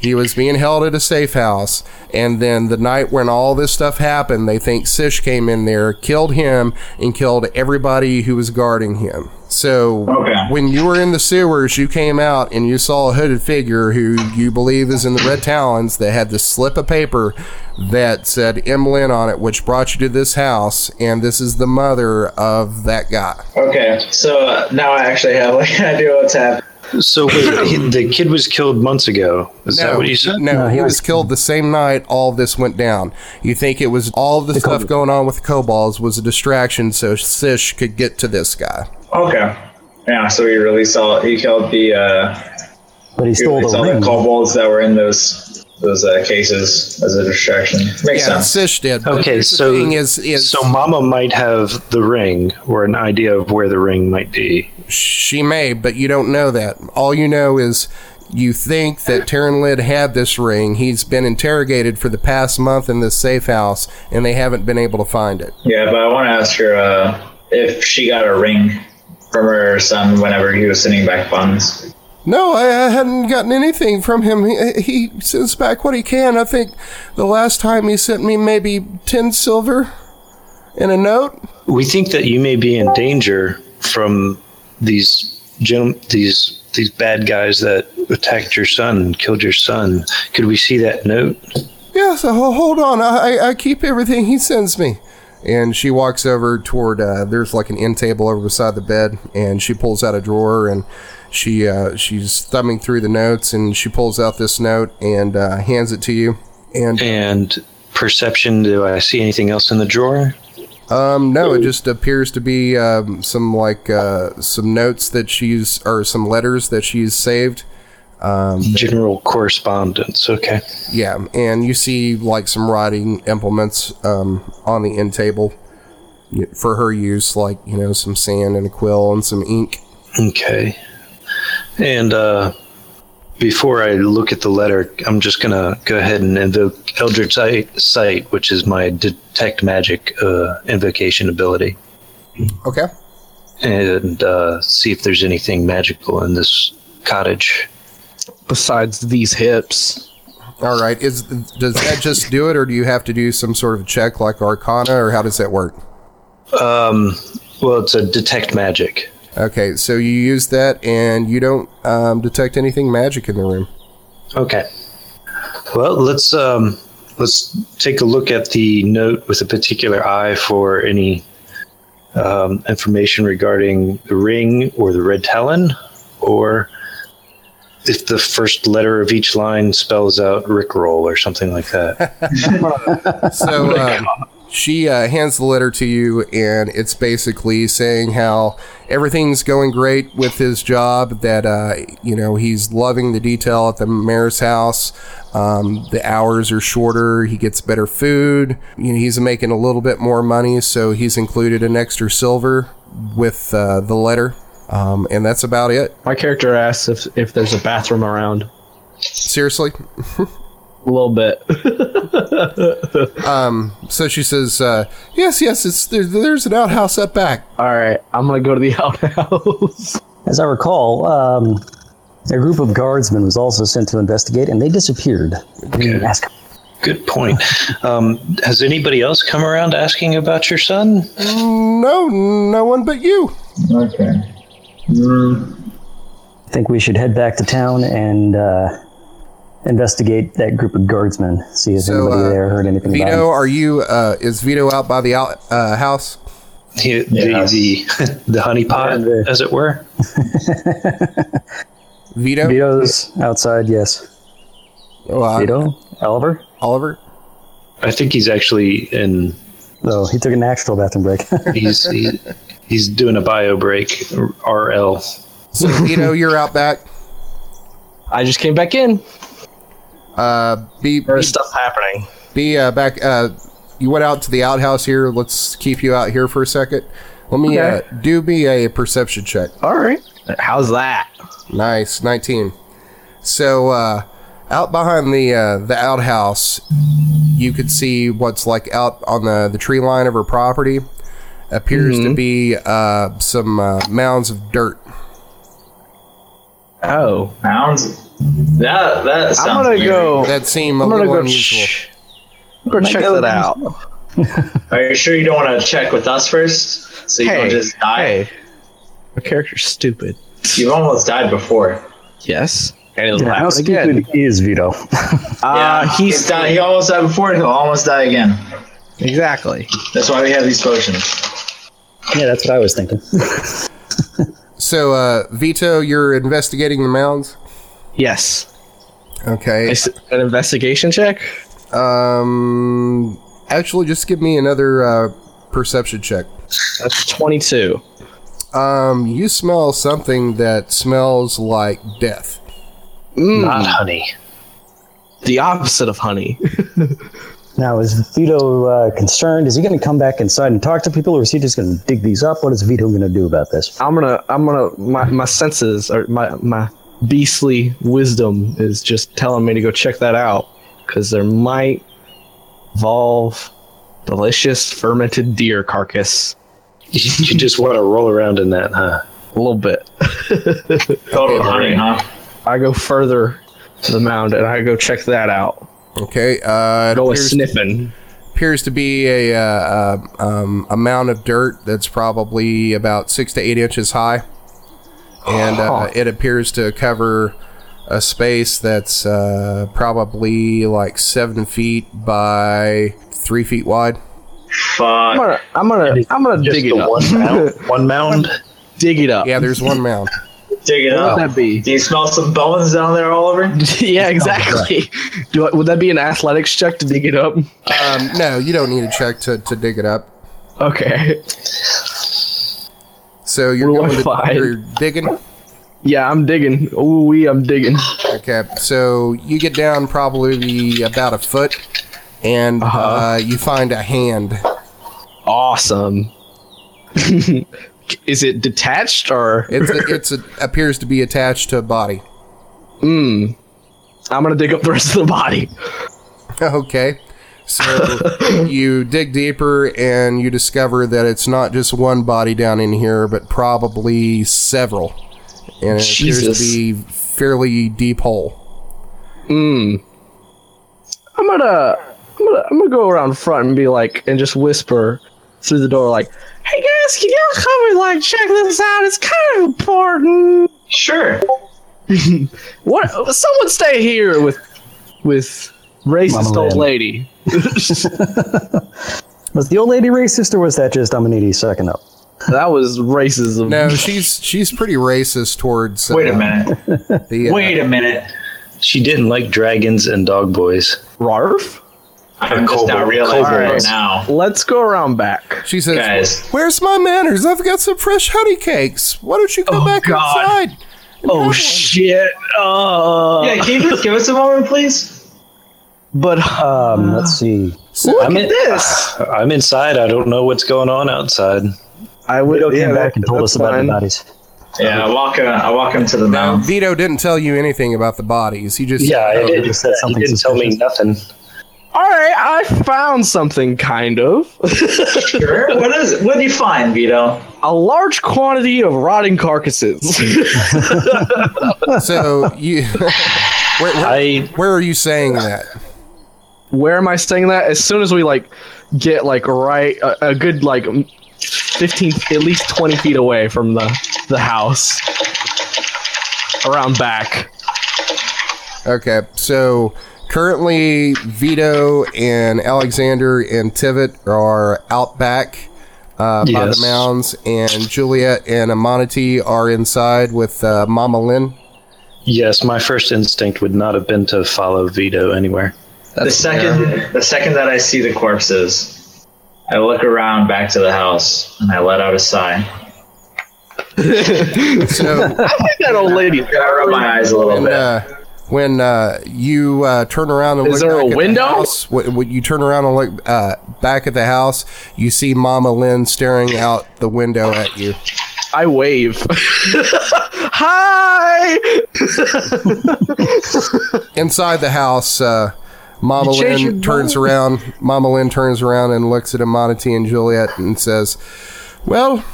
[SPEAKER 1] He was being held at a safe house. And then the night when all this stuff happened, they think Sish came in there, killed him, and killed everybody who was guarding him. So
[SPEAKER 4] Okay.
[SPEAKER 1] when you were in the sewers, you came out and you saw a hooded figure who you believe is in the Red Talons that had this slip of paper that said Emlyn on it, which brought you to this house. And this is the mother of that guy.
[SPEAKER 4] Okay. So uh, now I actually have like an idea what's happening.
[SPEAKER 5] So wait, he- the kid was killed months ago. Is that what you said?
[SPEAKER 1] No,
[SPEAKER 3] No,
[SPEAKER 1] he
[SPEAKER 3] he
[SPEAKER 1] was
[SPEAKER 3] was-
[SPEAKER 1] killed the same night all this went down. You think it was all the, stuff
[SPEAKER 3] kobolds.
[SPEAKER 1] going on with the kobolds was a distraction so Sish could get to this guy.
[SPEAKER 4] Okay. Yeah, so he released all he killed the uh
[SPEAKER 3] but he
[SPEAKER 4] he
[SPEAKER 3] stole
[SPEAKER 4] released
[SPEAKER 3] the
[SPEAKER 4] all the
[SPEAKER 3] ring.
[SPEAKER 4] kobolds that were in those those uh, cases as a distraction. Makes
[SPEAKER 1] Yeah,
[SPEAKER 4] sense.
[SPEAKER 1] Sish did. but
[SPEAKER 5] Okay,
[SPEAKER 1] here's the
[SPEAKER 5] so-
[SPEAKER 1] thing is, is
[SPEAKER 5] So Mama might have the ring or an idea of where the ring might be.
[SPEAKER 1] she may, but you don't know that. All you know is you think that Taryn Lid had this ring. He's been interrogated for the past month in this safe house, and they haven't been able to find it.
[SPEAKER 4] Yeah, but I wanna ask her uh if she got a ring from her son whenever he was sending back funds.
[SPEAKER 1] No, I, I hadn't gotten anything from him. He, he sends back what he can. I think the last time he sent me maybe 10 silver and a note.
[SPEAKER 5] We think that you may be in danger from these gen- these these bad guys that attacked your son and killed your son. Could we see that note?
[SPEAKER 1] Yes, so ho- hold on. I, I- I keep everything he sends me. And she walks over toward, uh, there's like an end table over beside the bed, and she pulls out a drawer and she uh, she's thumbing through the notes and she pulls out this note and uh, hands it to you. And
[SPEAKER 5] And perception, do I see anything else in the drawer?
[SPEAKER 1] Um, no, it just appears to be um, some like uh, some notes that she's or some letters that she's saved.
[SPEAKER 5] General correspondence. Okay.
[SPEAKER 1] Yeah, and you see like some writing implements um, on the end table y- for her use, like you know some sand and a quill and some ink.
[SPEAKER 5] Okay. And uh, before I look at the letter, I'm just going to go ahead and invoke Eldritch Sight- Sight, which is my Detect Magic uh, invocation ability,
[SPEAKER 1] Okay.
[SPEAKER 5] and uh, see if there's anything magical in this cottage.
[SPEAKER 7] Besides these hips,
[SPEAKER 1] All right. Is does that just do it, or do you have to do some sort of check like Arcana, or how does that work?
[SPEAKER 5] Well, it's a Detect Magic.
[SPEAKER 1] Okay, so you use that, and you don't um, detect anything magic in the room.
[SPEAKER 5] Okay. Well, let's um, let's take a look at the note with a particular eye for any um, information regarding the ring or the red talon, or if the first letter of each line spells out Rickroll or something like that.
[SPEAKER 1] So um, she uh, hands the letter to you, and it's basically saying how everything's going great with his job. That uh, you know he's loving the detail at the mayor's house. Um, the hours are shorter. He gets better food. You know he's making a little bit more money, so he's included an extra silver with uh, the letter. Um, and that's about it.
[SPEAKER 7] my character asks if if there's a bathroom around.
[SPEAKER 1] Seriously,
[SPEAKER 7] A little bit.
[SPEAKER 1] so she says, uh, "Yes, yes, it's there, there's an outhouse up back."
[SPEAKER 7] All right, I'm gonna go to the outhouse.
[SPEAKER 8] As I recall, um, a group of guardsmen was also sent to investigate, and they disappeared. We didn't ask.
[SPEAKER 5] Good point. Um, has anybody else come around asking about your son?
[SPEAKER 1] No, no one but you.
[SPEAKER 4] Okay.
[SPEAKER 8] I think we should head back to town and uh, investigate that group of guardsmen. See if
[SPEAKER 1] So,
[SPEAKER 8] anybody
[SPEAKER 1] uh,
[SPEAKER 8] there heard anything about
[SPEAKER 1] Vito,
[SPEAKER 8] them.
[SPEAKER 1] are you? Uh, is Vito out by the out, uh, house?
[SPEAKER 5] He,
[SPEAKER 4] Yeah.
[SPEAKER 5] The the, the honeypot, as it were.
[SPEAKER 1] Vito,
[SPEAKER 8] Vito's outside. Yes.
[SPEAKER 1] Oh, uh,
[SPEAKER 8] Vito. Oliver.
[SPEAKER 1] Oliver.
[SPEAKER 5] I think he's actually in.
[SPEAKER 8] Oh, he took an actual bathroom break.
[SPEAKER 5] He's he, he's doing a bio break. RL.
[SPEAKER 1] So Vito, you're out back.
[SPEAKER 7] I just came back in.
[SPEAKER 1] Uh, be
[SPEAKER 7] There's stuff happening.
[SPEAKER 1] be uh, back. Uh, you went out to the outhouse here. Let's keep you out here for a second. Let me
[SPEAKER 7] Okay.
[SPEAKER 1] uh, do me a perception check.
[SPEAKER 7] All right. How's that?
[SPEAKER 1] Nice, nineteen. So uh, out behind the uh, the outhouse, you could see what's like out on the the tree line of her property. Appears to be uh, some uh, mounds of dirt.
[SPEAKER 7] Oh,
[SPEAKER 4] Sounds. That that sounds.
[SPEAKER 7] I'm gonna
[SPEAKER 4] weird.
[SPEAKER 7] go.
[SPEAKER 1] That seem a
[SPEAKER 7] Oh, I'm gonna
[SPEAKER 1] little
[SPEAKER 7] go.
[SPEAKER 1] unusual.
[SPEAKER 7] Sh- I'm gonna check that out.
[SPEAKER 4] Are you sure you don't want to check with us first? So you
[SPEAKER 7] Hey,
[SPEAKER 4] don't just die.
[SPEAKER 7] hey, my character's stupid.
[SPEAKER 4] You've almost died before.
[SPEAKER 7] Yes. And it'll
[SPEAKER 8] Yeah, How
[SPEAKER 7] happen again.
[SPEAKER 8] stupid is Vito?
[SPEAKER 7] Uh,
[SPEAKER 4] he's
[SPEAKER 7] he's
[SPEAKER 4] died. He almost died before. He'll almost die again.
[SPEAKER 7] exactly.
[SPEAKER 4] That's why we have these potions.
[SPEAKER 8] yeah, that's what I was thinking.
[SPEAKER 1] So, uh, Vito, you're investigating the mounds.
[SPEAKER 7] Yes.
[SPEAKER 1] Okay.
[SPEAKER 7] Is it an investigation check.
[SPEAKER 1] Um, actually, just give me another uh, perception check.
[SPEAKER 7] That's 22.
[SPEAKER 1] Um, you smell something that smells like death.
[SPEAKER 7] Mm.
[SPEAKER 5] Not honey.
[SPEAKER 7] The opposite of honey.
[SPEAKER 8] Now, is Vito uh, concerned? Is he going to come back inside and talk to people, or is he just going to dig these up? What is Vito going to do about this?
[SPEAKER 7] I'm gonna. I'm gonna. My my senses or my my beastly wisdom is just telling me to go check that out because there might involve delicious fermented deer carcass.
[SPEAKER 5] You, you just want to roll around in that, huh?
[SPEAKER 7] A little bit.
[SPEAKER 4] Filled with honey, huh?
[SPEAKER 7] I go further to the mound and I go check that out.
[SPEAKER 1] Okay. Uh, it
[SPEAKER 7] Go
[SPEAKER 1] appears,
[SPEAKER 7] sniffing.
[SPEAKER 1] appears to be a uh, uh, um, amount of dirt that's probably about six to eight inches high, and uh, it appears to cover a space that's uh, probably like seven feet by three feet wide.
[SPEAKER 4] Fuck.
[SPEAKER 7] I'm gonna. I'm gonna. I'm gonna
[SPEAKER 5] Just
[SPEAKER 7] dig it
[SPEAKER 5] the
[SPEAKER 7] up.
[SPEAKER 5] one mound. One mound.
[SPEAKER 7] dig it up.
[SPEAKER 1] Yeah, there's one mound.
[SPEAKER 4] Dig it
[SPEAKER 7] What
[SPEAKER 4] up.
[SPEAKER 7] would that be?
[SPEAKER 4] Do you smell some bones down there, Oliver?
[SPEAKER 7] yeah, exactly. Do I, would that be an athletics check to dig it up?
[SPEAKER 1] Um, no, you don't need a check to, to dig it up.
[SPEAKER 7] Okay.
[SPEAKER 1] So you're
[SPEAKER 7] What do
[SPEAKER 1] going to,
[SPEAKER 7] I find?
[SPEAKER 1] you're digging.
[SPEAKER 7] Yeah, I'm digging. Ooh, wee, I'm digging.
[SPEAKER 1] Okay, so you get down probably about a foot, and uh you find a hand.
[SPEAKER 7] Awesome. Is it detached or?
[SPEAKER 1] It's a, it's a, appears to be attached to a body.
[SPEAKER 7] I'm gonna dig up the rest of the body.
[SPEAKER 1] Okay, so you dig deeper and you discover that it's not just one body down in here, but probably several, and it appears
[SPEAKER 7] Jesus.
[SPEAKER 1] to be fairly deep hole.
[SPEAKER 7] I'm gonna, I'm gonna, I'm gonna go around front and be like, and just whisper through the door, like, "Hey guys, can y'all come and like check this out? It's kind of important.
[SPEAKER 4] Sure.
[SPEAKER 7] What? Someone stay here with, with racist
[SPEAKER 8] Mama
[SPEAKER 7] old
[SPEAKER 8] Lynn.
[SPEAKER 7] lady.
[SPEAKER 8] Was the old lady racist, or was that just Dominiti sucking up?
[SPEAKER 7] That was racism.
[SPEAKER 1] No, she's she's pretty racist towards. Uh,
[SPEAKER 4] Wait a minute.
[SPEAKER 1] The, uh,
[SPEAKER 4] Wait a minute.
[SPEAKER 5] She didn't like dragons and dog boys.
[SPEAKER 7] Rarf.
[SPEAKER 4] I'm just now realizing right
[SPEAKER 7] Kobolds.
[SPEAKER 4] now.
[SPEAKER 7] Let's go around back.
[SPEAKER 1] She says,
[SPEAKER 4] Guys.
[SPEAKER 1] "Where's my manners? I've got some fresh honey cakes. Why don't you come
[SPEAKER 4] Oh,
[SPEAKER 1] back
[SPEAKER 4] God.
[SPEAKER 1] inside?"
[SPEAKER 7] Oh shit. Uh,
[SPEAKER 4] Yeah, can you just give us a moment, please?
[SPEAKER 7] but
[SPEAKER 8] Um, let's see.
[SPEAKER 5] I'm in,
[SPEAKER 7] this.
[SPEAKER 5] I'm inside. I don't know what's going on outside.
[SPEAKER 7] I would
[SPEAKER 8] Vito
[SPEAKER 7] yeah,
[SPEAKER 8] came
[SPEAKER 7] that-
[SPEAKER 8] back and told
[SPEAKER 7] that's
[SPEAKER 8] us about
[SPEAKER 7] fine.
[SPEAKER 8] the bodies.
[SPEAKER 4] Yeah, I walk. Uh, I walk him to the mound.
[SPEAKER 1] Vito didn't tell you anything about the bodies. He just
[SPEAKER 5] Yeah, I did.
[SPEAKER 8] just said
[SPEAKER 5] He
[SPEAKER 8] something
[SPEAKER 5] didn't tell me nothing.
[SPEAKER 7] All right, I found something kind of
[SPEAKER 4] Sure. What is? What do you find, Vito?
[SPEAKER 7] a large quantity of rotting carcasses.
[SPEAKER 1] So you, where, where,
[SPEAKER 5] I
[SPEAKER 1] where are you saying that?
[SPEAKER 7] where am I saying that? As soon as we like get like right a, a good like m- fifteen, at least twenty feet away from the the house, around back.
[SPEAKER 1] Okay, so currently Vito and Alexander and Tivit are out back uh, by the
[SPEAKER 5] Yes.
[SPEAKER 1] mounds, and Juliet and Amonity are inside with uh, Mama Lynn.
[SPEAKER 5] Yes, my first instinct would not have been to follow Vito anywhere.
[SPEAKER 4] the second the second that I see the corpses, I look around back to the house and I let out a sigh.
[SPEAKER 1] So
[SPEAKER 7] That old lady.
[SPEAKER 4] I rub my eyes a
[SPEAKER 7] Oh,
[SPEAKER 4] little
[SPEAKER 1] when
[SPEAKER 4] bit.
[SPEAKER 1] uh, when uh, you uh, turn around and
[SPEAKER 7] Is
[SPEAKER 1] look
[SPEAKER 7] there a
[SPEAKER 1] back
[SPEAKER 7] window?
[SPEAKER 1] at the house, when, when you turn around and look uh, back at the house, you see Mama Lynn staring out the window at you.
[SPEAKER 7] I wave. Hi.
[SPEAKER 1] Inside the house, uh, Mama
[SPEAKER 7] You changed
[SPEAKER 1] Lynn
[SPEAKER 7] your
[SPEAKER 1] turns around. Mama Lynn turns around and looks at Amonity and Juliet and says, "Well."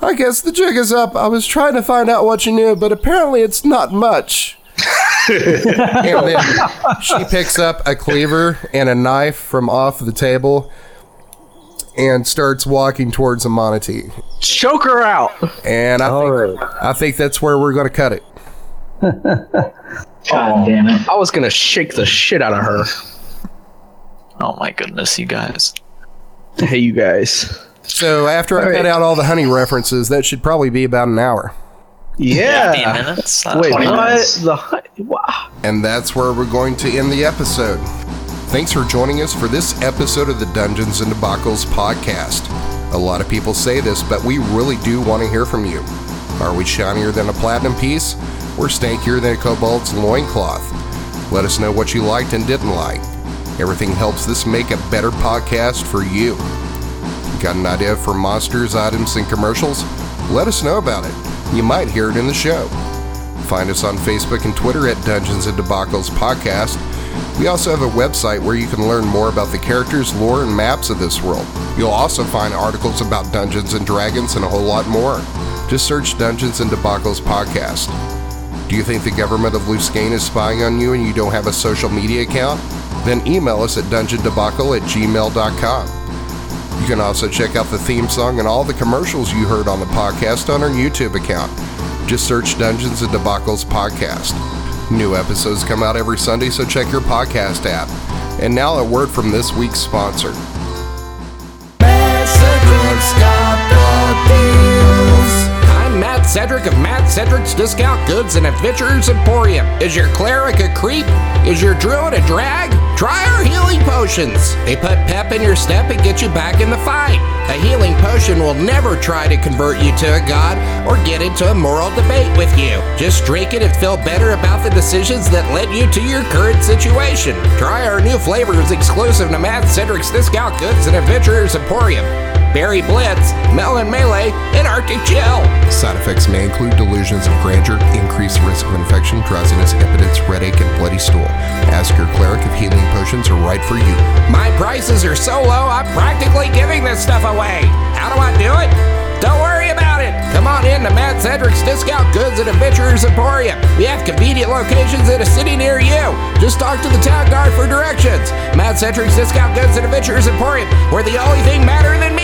[SPEAKER 1] I guess the jig is up. I was trying to find out what you knew, but apparently it's not much. and then she picks up a cleaver and a knife from off the table and starts walking towards Amonity.
[SPEAKER 7] Choke her out.
[SPEAKER 1] And I,
[SPEAKER 8] All
[SPEAKER 1] think,
[SPEAKER 8] right.
[SPEAKER 1] I think that's where we're going to cut it.
[SPEAKER 4] God damn it.
[SPEAKER 7] I was gonna shake the shit out of her.
[SPEAKER 6] Oh my goodness, you guys.
[SPEAKER 7] Hey, you guys.
[SPEAKER 1] So after I
[SPEAKER 7] All
[SPEAKER 1] cut
[SPEAKER 7] right.
[SPEAKER 1] out all the honey references, that should probably be about an hour.
[SPEAKER 6] Fifteen
[SPEAKER 7] Yeah.
[SPEAKER 6] minutes? Uh,
[SPEAKER 7] Wait,
[SPEAKER 4] 20
[SPEAKER 7] what?
[SPEAKER 4] minutes.
[SPEAKER 7] The hu- wow.
[SPEAKER 1] And that's where we're going to end the episode. Thanks for joining us for this episode of the Dungeons and Debacles podcast. A lot of people say this, but we really do want to hear from you. Are we shinier than a platinum piece? Or stankier than a kobold's loincloth? Let us know what you liked and didn't like. Everything helps this make a better podcast for you. Got an idea for monsters, items, and commercials? Let us know about it. You might hear it in the show. Find us on Facebook and Twitter at Dungeons and Debacles Podcast. We also have a website where you can learn more about the characters, lore, and maps of this world. You'll also find articles about Dungeons and Dragons and a whole lot more. Just search Dungeons and Debacles Podcast. Do you think the government of Luskane is spying on you and you don't have a social media account? Then email us at dungeondebacle at gmail.com. You can also check out the theme song and all the commercials you heard on the podcast on our YouTube account. Just search Dungeons and Debacles Podcast. New episodes come out every Sunday, so check your podcast app. And now a word from this week's sponsor.
[SPEAKER 9] I'm Matt Cedric of Matt Cedric's Discount Goods and Adventurers Emporium. Is your cleric a creep? Is your druid a drag? Try our healing potions. They put pep in your step and get you back in the fight. A healing potion will never try to convert you to a god or get into a moral debate with you. Just drink it and feel better about the decisions that led you to your current situation. Try our new flavors exclusive to Matt Cedric's Discount Goods and Adventurers Emporium. Barry Blitz, Melon Melee, and Arctic Chill.
[SPEAKER 10] Side effects may include delusions of grandeur, increased risk of infection, drowsiness, impotence, red ache, and bloody stool. Ask your cleric if healing potions are right for you.
[SPEAKER 9] My prices are so low, I'm practically giving this stuff away. How do I do it? Don't worry about it. Come on in to Matt Cedric's Discount Goods and Adventurers Emporium. We have convenient locations in a city near you. Just talk to the town guard for directions. Matt Cedric's Discount Goods and Adventurers Emporium, where the only thing mattering than